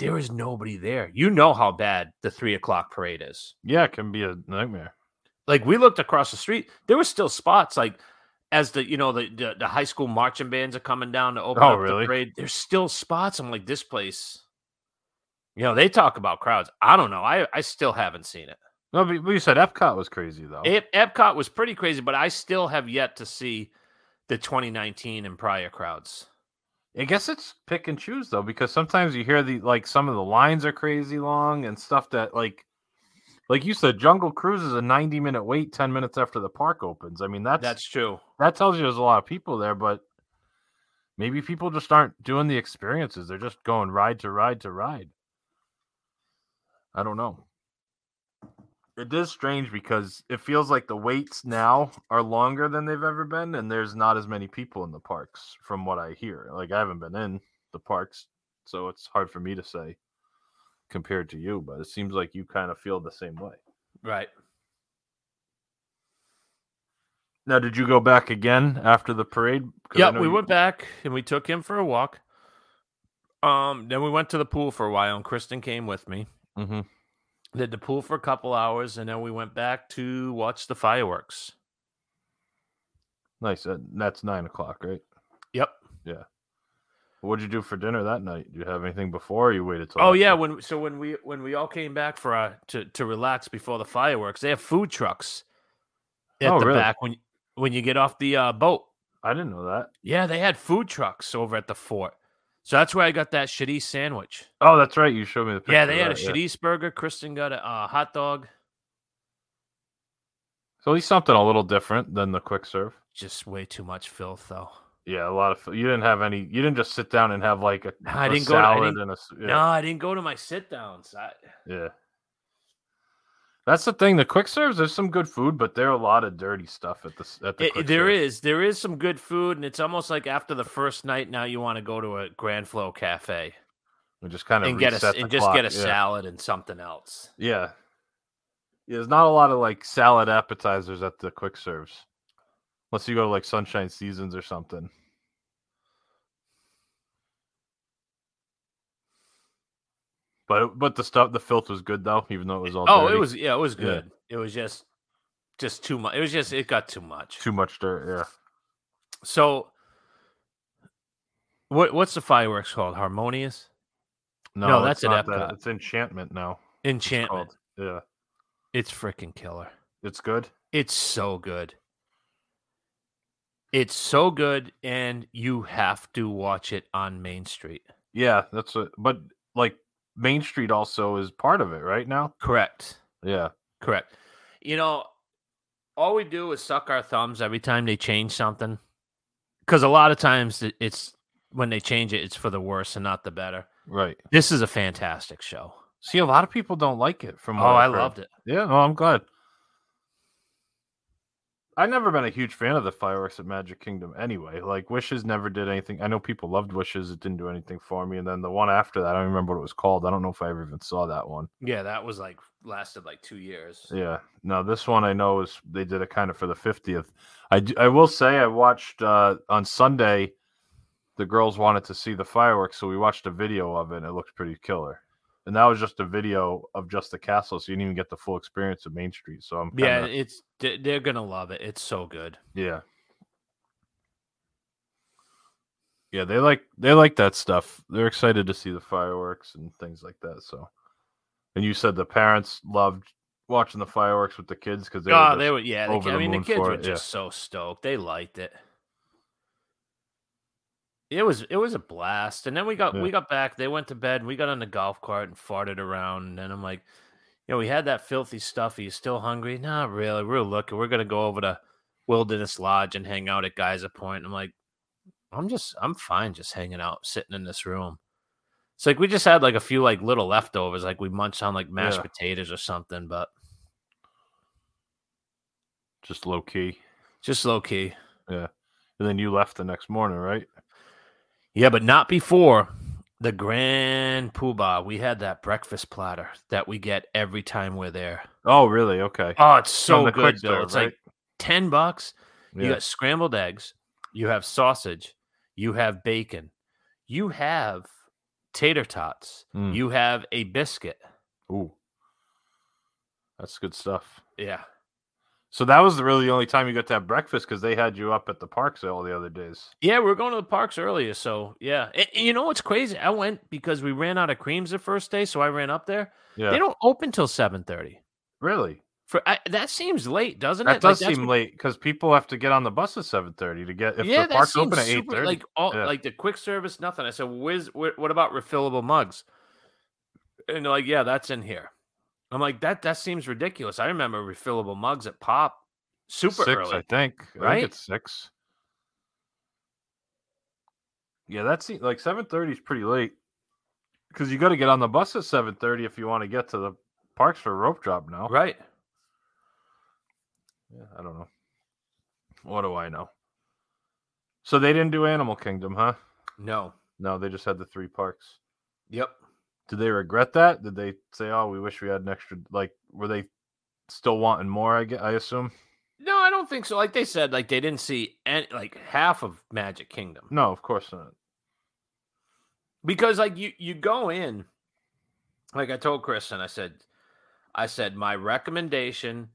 S7: There is nobody there. You know how bad the three o'clock parade is
S6: Yeah, it can be a nightmare.
S7: like we looked across the street there were still spots like as the you know the the, the high school marching bands are coming down to open
S6: Oh,
S7: up
S6: really?
S7: the parade there's still spots i'm like this place you know they talk about crowds i don't know i i still haven't seen it
S6: No, but but you said Epcot was crazy though.
S7: Ep- epcot was pretty crazy but i still have yet to see the 2019 and prior crowds
S6: I guess it's pick and choose though, because sometimes you hear the like some of the lines are crazy long and stuff that like like you said, Jungle Cruise is a ninety minute wait ten minutes after the park opens. I mean that's,
S7: that's true
S6: that tells you there's a lot of people there, but maybe people just aren't doing the experiences. They're just going ride to ride to ride. I don't know. It is strange because it feels like the waits now are longer than they've ever been, and there's not as many people in the parks, from what I hear. Like I haven't been in the parks, so it's hard for me to say compared to you, but it seems like you kind of feel the same way.
S7: right
S6: Now, did you go back again after the parade? 'Cause I
S7: yeah
S6: know
S7: we
S6: you-
S7: went back and we took him for a walk um then we went to the pool for a while and kristen came with me
S6: Mhm.
S7: did the pool for a couple hours and then we went back to watch the fireworks
S6: Nice. Uh, that's nine o'clock, right?
S7: yep
S6: What'd you do for dinner that night? Did you have anything before or you waited till
S7: oh
S6: after?
S7: yeah when so when we when we all came back for our to to relax before the fireworks they have food trucks at
S6: Oh,
S7: the
S6: really?
S7: back when when you get off the uh, boat
S6: I didn't know that.
S7: yeah they had food trucks over at the fort so that's where i got that shitty sandwich
S6: Oh, that's right. You showed me the picture.
S7: yeah
S6: of
S7: they had a
S6: that, yeah.
S7: shitty burger kristen got a uh, hot dog
S6: So at least something a little different than the quick serve.
S7: just way too much filth though
S6: Yeah, a lot of you didn't have any. You didn't just sit down and have like a,
S7: I
S6: a
S7: didn't go to- I
S6: salad
S7: didn't-
S6: and a s- yeah,
S7: no i didn't go to my sit downs I,
S6: yeah. That's the thing. The quick serves, there's some good food, but there are a lot of dirty stuff at the s- at the.
S7: It-
S6: quick
S7: there
S6: serve.
S7: is there is some good food, and it's almost like after the first night, now you want to go to a Grand Flow Cafe
S6: We just kind of
S7: and get a s-
S6: reset the
S7: and just get a
S6: clock, yeah.
S7: salad and something else.
S6: Yeah. Yeah, there's not a lot of like salad appetizers at the quick serves. Unless you go to like Sunshine Seasons or something. But but the stuff the filth was good though, even though it was all
S7: Oh, it
S6: dirty.
S7: was yeah, it was
S6: Yeah.
S7: good. It was just just too much. It was just it got too much.
S6: too much dirt, yeah.
S7: So what what's the fireworks called? Harmonious
S6: No,
S7: No,
S6: it's
S7: that's at
S6: not
S7: Epcot.
S6: that. It's enchantment now. it's
S7: enchantment.
S6: called. Yeah.
S7: It's freaking killer.
S6: It's good.
S7: It's so good. It's so good, and you have to watch it on Main Street.
S6: Yeah, that's what but like Main Street also is part of it right now.
S7: Correct.
S6: Yeah.
S7: Correct. You know, all we do is suck our thumbs every time they change something. Because a lot of times it- it's when they change it, it's for the worse and not the better.
S6: Right.
S7: This is a fantastic show.
S6: See, a lot of people don't like it from
S7: Oh,
S6: what
S7: I
S6: I've heard.
S7: loved it.
S6: Yeah, no, I'm glad. I've never been a huge fan of the fireworks at Magic Kingdom anyway. Like, Wishes never did anything. I know people loved Wishes, it didn't do anything for me. And then the one after that, I don't remember what it was called. I don't know if I ever even saw that one.
S7: Yeah, that was like lasted like two years.
S6: Yeah. Now, this one I know is they did it kind of for the 50th. I, d- I will say, I watched uh, on Sunday the girls wanted to see the fireworks, so we watched a video of it. and It looked pretty killer. And that was just a video of just the castle, so you didn't even get the full experience of Main Street. So I'm
S7: Yeah,
S6: kinda,
S7: it's they- they're gonna love it. It's so good.
S6: yeah, yeah. They like they like that stuff. They're excited to see the fireworks and things like that. So, and you said the parents loved watching the fireworks with the kids because they,
S7: oh,
S6: were
S7: they
S6: just-
S7: were yeah. The,
S6: over
S7: ki- I
S6: the
S7: mean, the
S6: moon
S7: kids
S6: for
S7: were
S6: it,
S7: just
S6: yeah.
S7: so stoked. They liked it. It was it was a blast. And then we got
S6: Yeah.
S7: we got back. They went to bed. And we got on the golf cart and farted around. And then I'm like, you know, we had that filthy stuff. Are you still hungry? Not really. We're looking. We're gonna go over to Wilderness Lodge and hang out at Geyser Point. And I'm like, I'm just I'm fine just hanging out, sitting in this room. It's like we just had like a few like little leftovers, like we munched on like mashed
S6: Yeah.
S7: potatoes or something, but
S6: just low key.
S7: just low key.
S6: And then you left the next morning, right?
S7: Yeah, but not before the grand poobah. We had that breakfast platter that we get every time we're there.
S6: Oh, really? Okay.
S7: Oh, it's so
S6: the quick
S7: good, Bill.
S6: serve,
S7: it's
S6: right?
S7: like ten bucks. You
S6: Yeah.
S7: got scrambled eggs. You have sausage. You have bacon. You have tater tots.
S6: Mm.
S7: You have a biscuit.
S6: Ooh, that's good stuff.
S7: Yeah.
S6: So that was really the only time you got to have breakfast because they had you up at the park sale the other days.
S7: Yeah, we were going to the parks earlier, so yeah. And- and you know what's crazy? I went because we ran out of creams the first day, so I ran up there.
S6: Yeah,
S7: They don't open till seven thirty.
S6: really.
S7: For I, that seems late, doesn't
S6: That
S7: it? Like,
S6: does
S7: that's
S6: seem
S7: what-
S6: late because people have to get on the bus at seven thirty to get if the
S7: that
S6: park's open at
S7: seems
S6: eight
S7: super-
S6: thirty.
S7: Like all
S6: Yeah.
S7: like the quick service, nothing. I said, "Where's wh- what about refillable mugs?" And they're like, "Yeah, that's in here." I'm like, "That that seems ridiculous." I remember refillable mugs at Pop super
S6: six,
S7: early.
S6: I think. I
S7: right?
S6: think it's six. Yeah, that's like seven thirty is pretty late because you got to get on the bus at seven thirty if you want to get to the parks for rope drop now.
S7: Right?
S6: Yeah, I don't know. What do I know? So they didn't do Animal Kingdom, huh?
S7: No.
S6: No, they just had the three parks.
S7: Yep.
S6: Did they regret that? Did they say, "Oh, we wish we had an extra"? Like, were they still wanting more? I guess, I assume.
S7: No, I don't think so. Like they said, like they didn't see any, like half of Magic Kingdom.
S6: No, of course not.
S7: because like you you go in like i told kristen i said i said my recommendation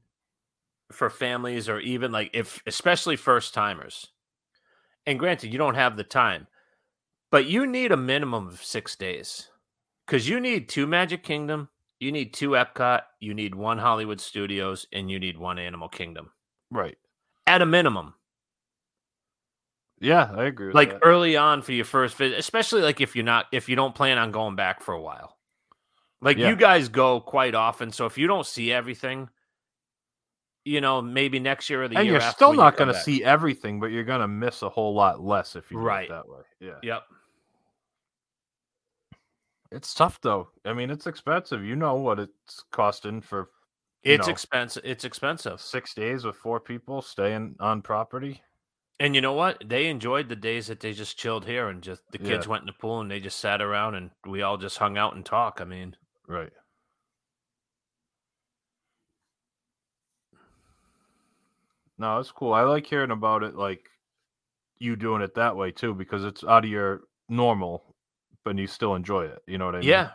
S7: for families or even like if especially first timers and granted you don't have the time but you need a minimum of six days because you need two magic kingdom you need two epcot you need one hollywood studios and you need one animal kingdom
S6: Right.
S7: at a minimum
S6: Yeah, I agree. With
S7: like
S6: that.
S7: early on for your first visit, especially like if you're not if you don't plan on going back for a while. Like
S6: Yeah.
S7: you guys go quite often, so if you don't see everything, you know maybe next year or the
S6: and
S7: year
S6: you're
S7: after
S6: still
S7: when you
S6: not
S7: come
S6: going to
S7: back.
S6: see everything, but you're going to miss a whole lot less if you do
S7: Right.
S6: it that way. Yeah.
S7: Yep.
S6: it's tough though. I mean, it's expensive. You know what it's costing for you
S7: It's
S6: know,
S7: expensive. It's expensive,
S6: six days with four people staying on property.
S7: and you know what? They enjoyed the days that they just chilled here, and just the
S6: Yeah.
S7: kids went in the pool and they just sat around, and we all just hung out and talk. I mean,
S6: Right. No, it's cool. I like hearing about it like you doing it that way too, because it's out of your normal, but you still enjoy it. You know what I mean?
S7: yeah,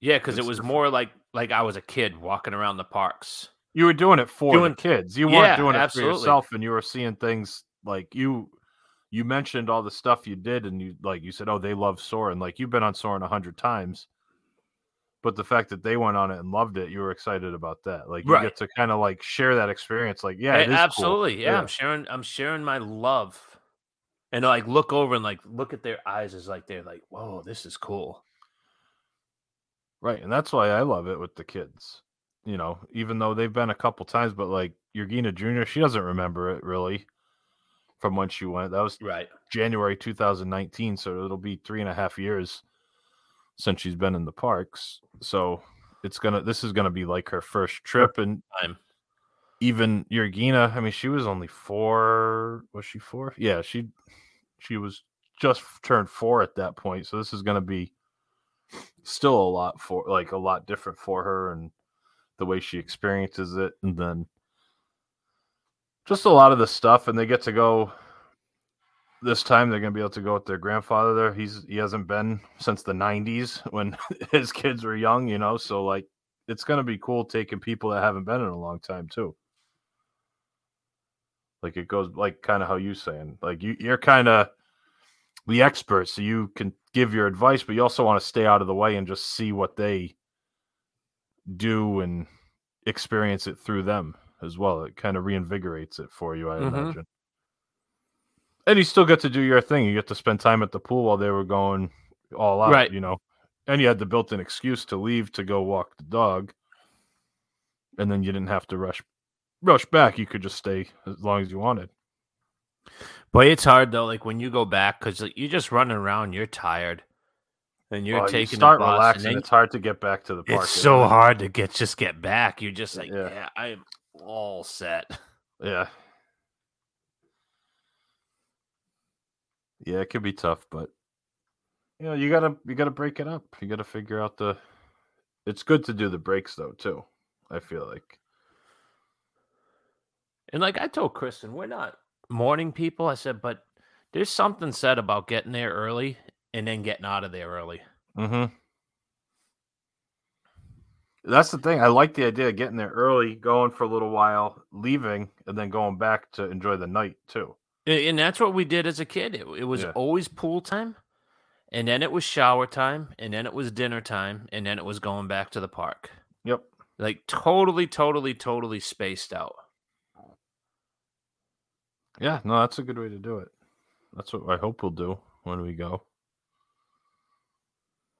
S7: yeah, because it
S6: It's
S7: was
S6: different.
S7: more like like I was a kid walking around the parks.
S6: You were doing it for doing,
S7: Doing-
S6: the kids. You
S7: Yeah,
S6: weren't doing it
S7: absolutely.
S6: for yourself and you were seeing things like you you mentioned all the stuff you did and you like you said, Oh, they love Soren. Like you've been on Soren a hundred times. But the fact that they went on it and loved it, you were excited about that. Like you
S7: Right.
S6: get to kind of like share that experience. Like, yeah,
S7: Yeah,
S6: it is cool.
S7: absolutely. Yeah,
S6: Yeah.
S7: I'm sharing. I'm sharing my love, and like look over and like look at their eyes as like they're like, "Whoa, this is cool."
S6: Right. And that's why I love it with the kids. You know, even though they've been a couple times, but like Yergina Jr., she doesn't remember it really from when she went. That was
S7: Right.
S6: January 2019, so it'll be three and a half years since she's been in the parks. So it's gonna this is gonna be like her first trip and
S7: time.
S6: even Yergina, I mean, she was only four was she four? Yeah, she she was just turned four at that point. So this is gonna be still a lot for like a lot different for her and the way she experiences it and then just a lot of the stuff and they get to go this time they're gonna be able to go with their grandfather there. He's he hasn't been since the nineties when his kids were young, you know. So like it's gonna be cool taking people that haven't been in a long time too. Like it goes like kind of how you saying. Like you you're kinda the expert, so you can give your advice, but you also want to stay out of the way and just see what they do and experience it through them as well. It kind of reinvigorates it for you, I
S7: Mhm.
S6: imagine. And you still get to do your thing. You get to spend time at the pool while they were going all out,
S7: Right.
S6: you know. And you had the built-in excuse to leave to go walk the dog. And then you didn't have to rush rush back. You could just stay as long as you wanted.
S7: But it's hard though, like when you go back, because like, you're just running around, you're tired, and you're
S6: Well,
S7: taking
S6: Uh, Oh, you start
S7: a bus, and
S6: relaxing.
S7: then-
S6: It's hard to get back to the park.
S7: It's
S6: isn't
S7: so
S6: it?
S7: hard to get just get back. You're just like,
S6: Yeah.
S7: yeah, I'm all set.
S6: Yeah. Yeah, it could be tough, but you know, you gotta you gotta break it up. You gotta figure out the it's good to do the breaks though too, I feel like.
S7: And like I told Kristen, we're not morning people. I said, but there's something said about getting there early and then getting out of there early.
S6: Mm-hmm. That's the thing. I like the idea of getting there early, going for a little while, leaving, and then going back to enjoy the night too.
S7: A- And that's what we did as a kid. It, it was
S6: Yeah.
S7: always pool time, and then it was shower time, and then it was dinner time, and then it was going back to the park.
S6: Yep.
S7: Like totally, totally, totally spaced out.
S6: Yeah, no, that's a good way to do it. That's what I hope we'll do when we go.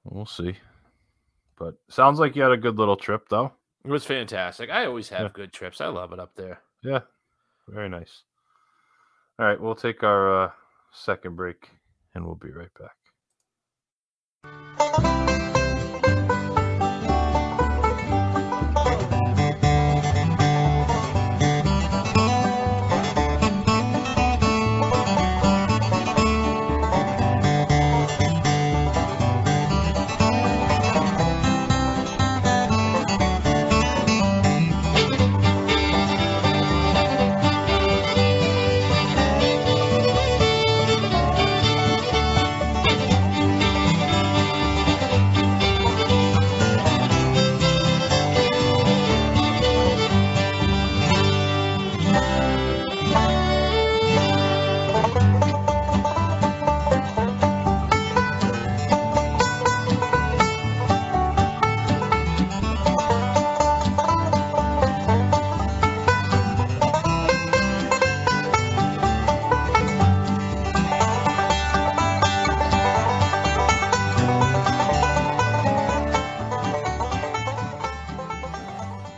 S6: We'll see. But sounds like you had a good little trip, though.
S7: It was fantastic. I always have
S6: Yeah.
S7: good trips. I love it up there.
S6: Yeah, very nice. All right, we'll take our uh, second break and we'll be right back.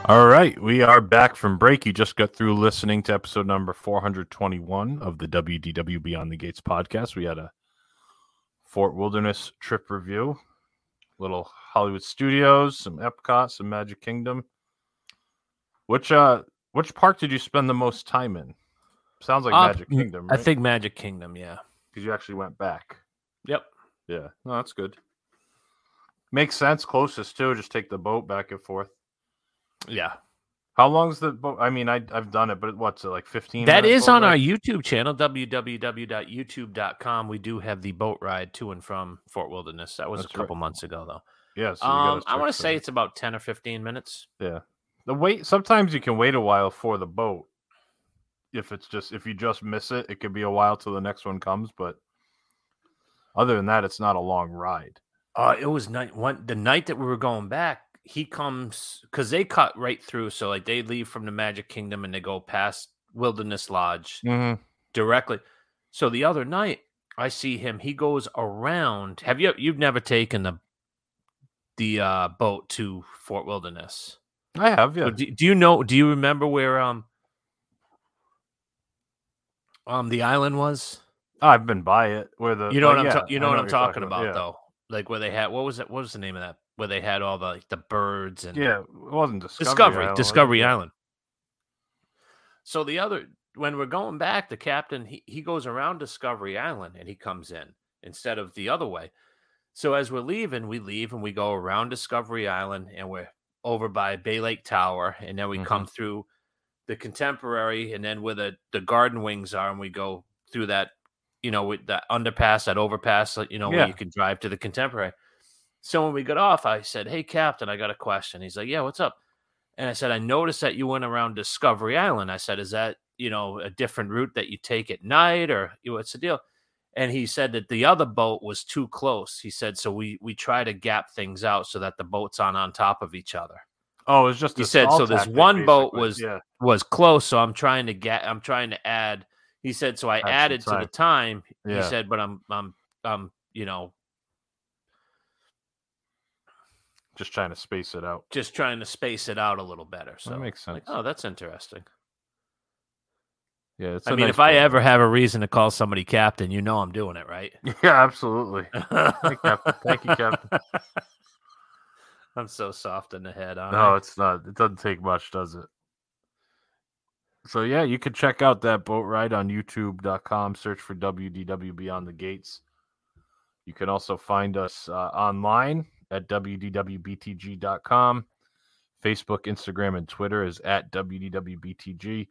S6: All right, we are back from break. You just got through listening to episode number 421 of the WDW Beyond the Gates podcast. We had a Fort Wilderness trip review, little Hollywood Studios, some Epcot, some Magic Kingdom. Which uh which park did you spend the most time in? Sounds like
S7: Up-
S6: Magic Kingdom,
S7: Uh, mm, I think Magic Kingdom, yeah.
S6: because you actually went back.
S7: Yep.
S6: Yeah, no, that's good. Makes sense. Closest too. Just take the boat back and forth.
S7: Yeah.
S6: How long's the boat? I mean, I I've done it, but what's it like fifteen?
S7: That
S6: minute
S7: is
S6: boat
S7: on our
S6: ride?
S7: YouTube channel, www.youtube.com. We do have the boat ride to and from Fort Wilderness. That was
S6: That's
S7: a
S6: right.
S7: couple months ago, though.
S6: Yeah, so you gotta
S7: um, I
S6: check
S7: want
S6: for
S7: to say
S6: that.
S7: it's about 10 or 15 minutes.
S6: the wait. Sometimes you can wait a while for the boat. If it's just if you just miss it, it could be a while till the next one comes. But other than that, it's not a long ride.
S7: Uh, it was night one the night that we were going back. He comes because they cut right through, so like they leave from the Magic Kingdom and they go past Wilderness Lodge
S6: Mm-hmm.
S7: directly. So the other night, I see him. He goes around. Have you? You've never taken the the uh, boat to Fort Wilderness?
S6: I have, yeah.
S7: So do, do you know? Do you remember where um um the island was?
S6: I've been by it. Where the
S7: You
S6: Uh,
S7: know
S6: like,
S7: what I'm
S6: yeah,
S7: ta- you
S6: I
S7: know, what I'm
S6: you're
S7: talking about,
S6: yeah.
S7: though. Like where they had what was that? What was the name of that? Where they had all the like, the birds and
S6: Yeah, it wasn't Discovery.
S7: Discovery,
S6: Island, was it?
S7: Discovery Island. So the other when we're going back, the captain he, he goes around Discovery Island and he comes in instead of the other way. So as we're leaving, we leave and we go around Discovery Island and we're over by Bay Lake Tower and then we
S6: Mhm.
S7: come through the contemporary and then where the, the garden wings are and we go through that you know, with that underpass, that overpass, like, you know,
S6: Yeah.
S7: where you can drive to the contemporary. So when we got off, I said, Hey, Captain, I got a question. He's like, Yeah, what's up? And I said, I noticed that you went around Discovery Island. I said, Is that, you know, a different route that you take at night or you know, what's the deal? And he said that the other boat was too close. He said, So we we try to gap things out so that the boats aren't on top of each other.
S6: Oh, it's just
S7: He
S6: a
S7: said,
S6: stall
S7: so this
S6: tactic,
S7: one boat
S6: basically.
S7: was-
S6: yeah.
S7: was close. So I'm trying to get. I'm trying to add. He said. So I
S6: some
S7: added to the time.
S6: Yeah.
S7: He said, but I'm I'm I'm you know
S6: just trying to space it out.
S7: just trying to space it out a little better. So
S6: makes
S7: like,
S6: sense.
S7: oh, that's interesting.
S6: Yeah, it's
S7: I
S6: a
S7: mean,
S6: nice
S7: if I
S6: boat.
S7: ever have a reason to call somebody captain, you know I'm doing it right.
S6: yeah, absolutely. Hey, Captain. Thank you, Captain.
S7: I'm so soft in the head. Aren't
S6: No,
S7: I?
S6: it's not. It doesn't take much, does it? So yeah, you can check out that boat ride on YouTube.com. Search for WDW Beyond the Gates. You can also find us uh, online at WDWBTG.com. Facebook, Instagram, and Twitter is at WDWBTG.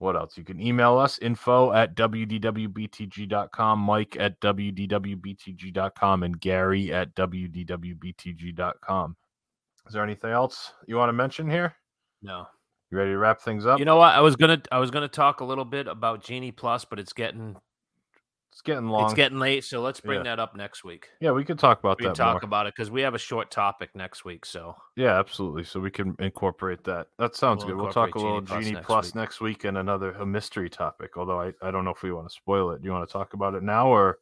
S6: What else? You can email us info at WDWBTG.com, Mike at WDWBTG.com, and Gary at WDWBTG.com. Is there anything else you want to mention here?
S7: no.
S6: You ready to wrap things up?
S7: You know what? I was gonna I was gonna talk a little bit about Genie Plus, but it's getting
S6: it's getting long.
S7: it's getting late. So let's bring
S6: Yeah.
S7: that up next week.
S6: yeah, we could talk about
S7: We
S6: that
S7: can talk
S6: more.
S7: about it because we have a short topic next week. So
S6: yeah, absolutely. So we can incorporate that. That sounds
S7: We'll
S6: good. We'll talk a
S7: incorporate
S6: little
S7: Genie Plus
S6: Genie
S7: next
S6: Plus next
S7: week.
S6: week and another a mystery topic. Although I, I don't know if we want to spoil it. Do you want to talk about it now or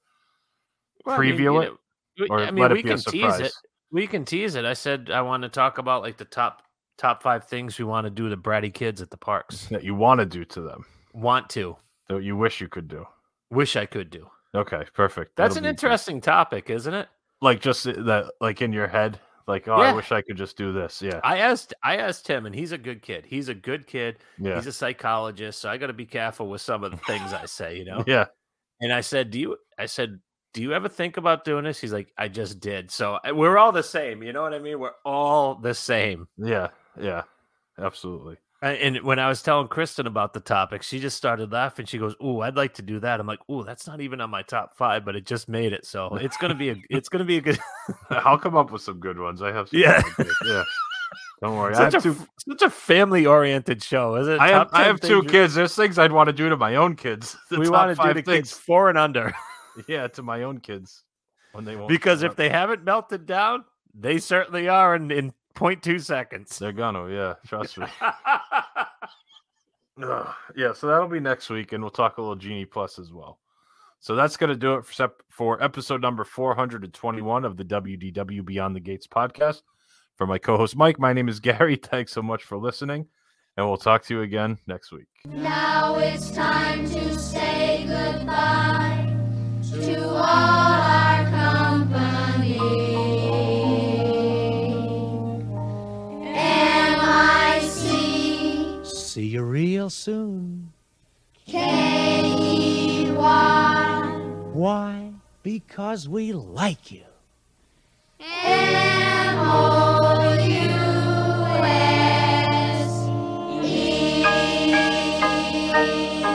S7: Well, I mean,
S6: preview
S7: you
S6: it?
S7: know, we-
S6: Or
S7: I mean,
S6: let it
S7: we
S6: be a
S7: can tease
S6: surprise?
S7: it. We can tease it. I said I want to talk about like the top top five things we want to do to bratty kids at the parks.
S6: that you want to do to them
S7: want to?
S6: that you wish you could do?
S7: Wish I could do.
S6: Okay, perfect.
S7: That's
S6: That'll
S7: an
S6: be good.
S7: interesting topic, isn't it?
S6: Like just uh, that, like in your head, like oh, I
S7: Yeah.
S6: wish I could just do this. Yeah,
S7: I asked I asked him, and he's a good kid. He's a good kid.
S6: yeah,
S7: He's a psychologist, so I got to be careful with some of the things I say. You know.
S6: yeah.
S7: And I said, "Do you?" I said, "Do you ever think about doing this?" He's like, "I just did." So I- we're all the same. You know what I mean? We're all the same.
S6: Yeah, yeah, absolutely.
S7: I- And when I was telling Kristen about the topic, she just started laughing. She goes, "Ooh, I'd like to do that." I'm like, "Ooh, that's not even on my top five, but it just made it." So it's gonna be a, it's gonna be a good,
S6: I'll come up with some good ones. I have some
S7: Yeah.
S6: good ideas, yeah. Don't worry. I
S7: such
S6: have
S7: a
S6: two.
S7: f- such a family oriented show, is it?
S6: I have,
S7: Top
S6: I
S7: 10
S6: have two
S7: things
S6: kids. There's things I'd want to do to my own kids. The
S7: We
S6: top
S7: want to do
S6: five
S7: the
S6: things.
S7: kids four and under
S6: Yeah, to my own kids when they won't.
S7: because
S6: shut
S7: if they haven't melted down, they certainly are in in point two seconds.
S6: They're gonna, yeah. Trust me. Ugh, yeah, so that'll be next week, and we'll talk a little Genie Plus as well. So that's gonna do it for sep- for episode number 421 of the WDW Beyond the Gates podcast. For my co-host Mike, my name is Gary. Thanks so much for listening, and we'll talk to you again next week.
S9: Now it's time to say goodbye to all our company. M-I-C
S2: See you real soon.
S9: E K-E-Y
S2: Why? Because we like you.
S9: M-O-U-S-E E.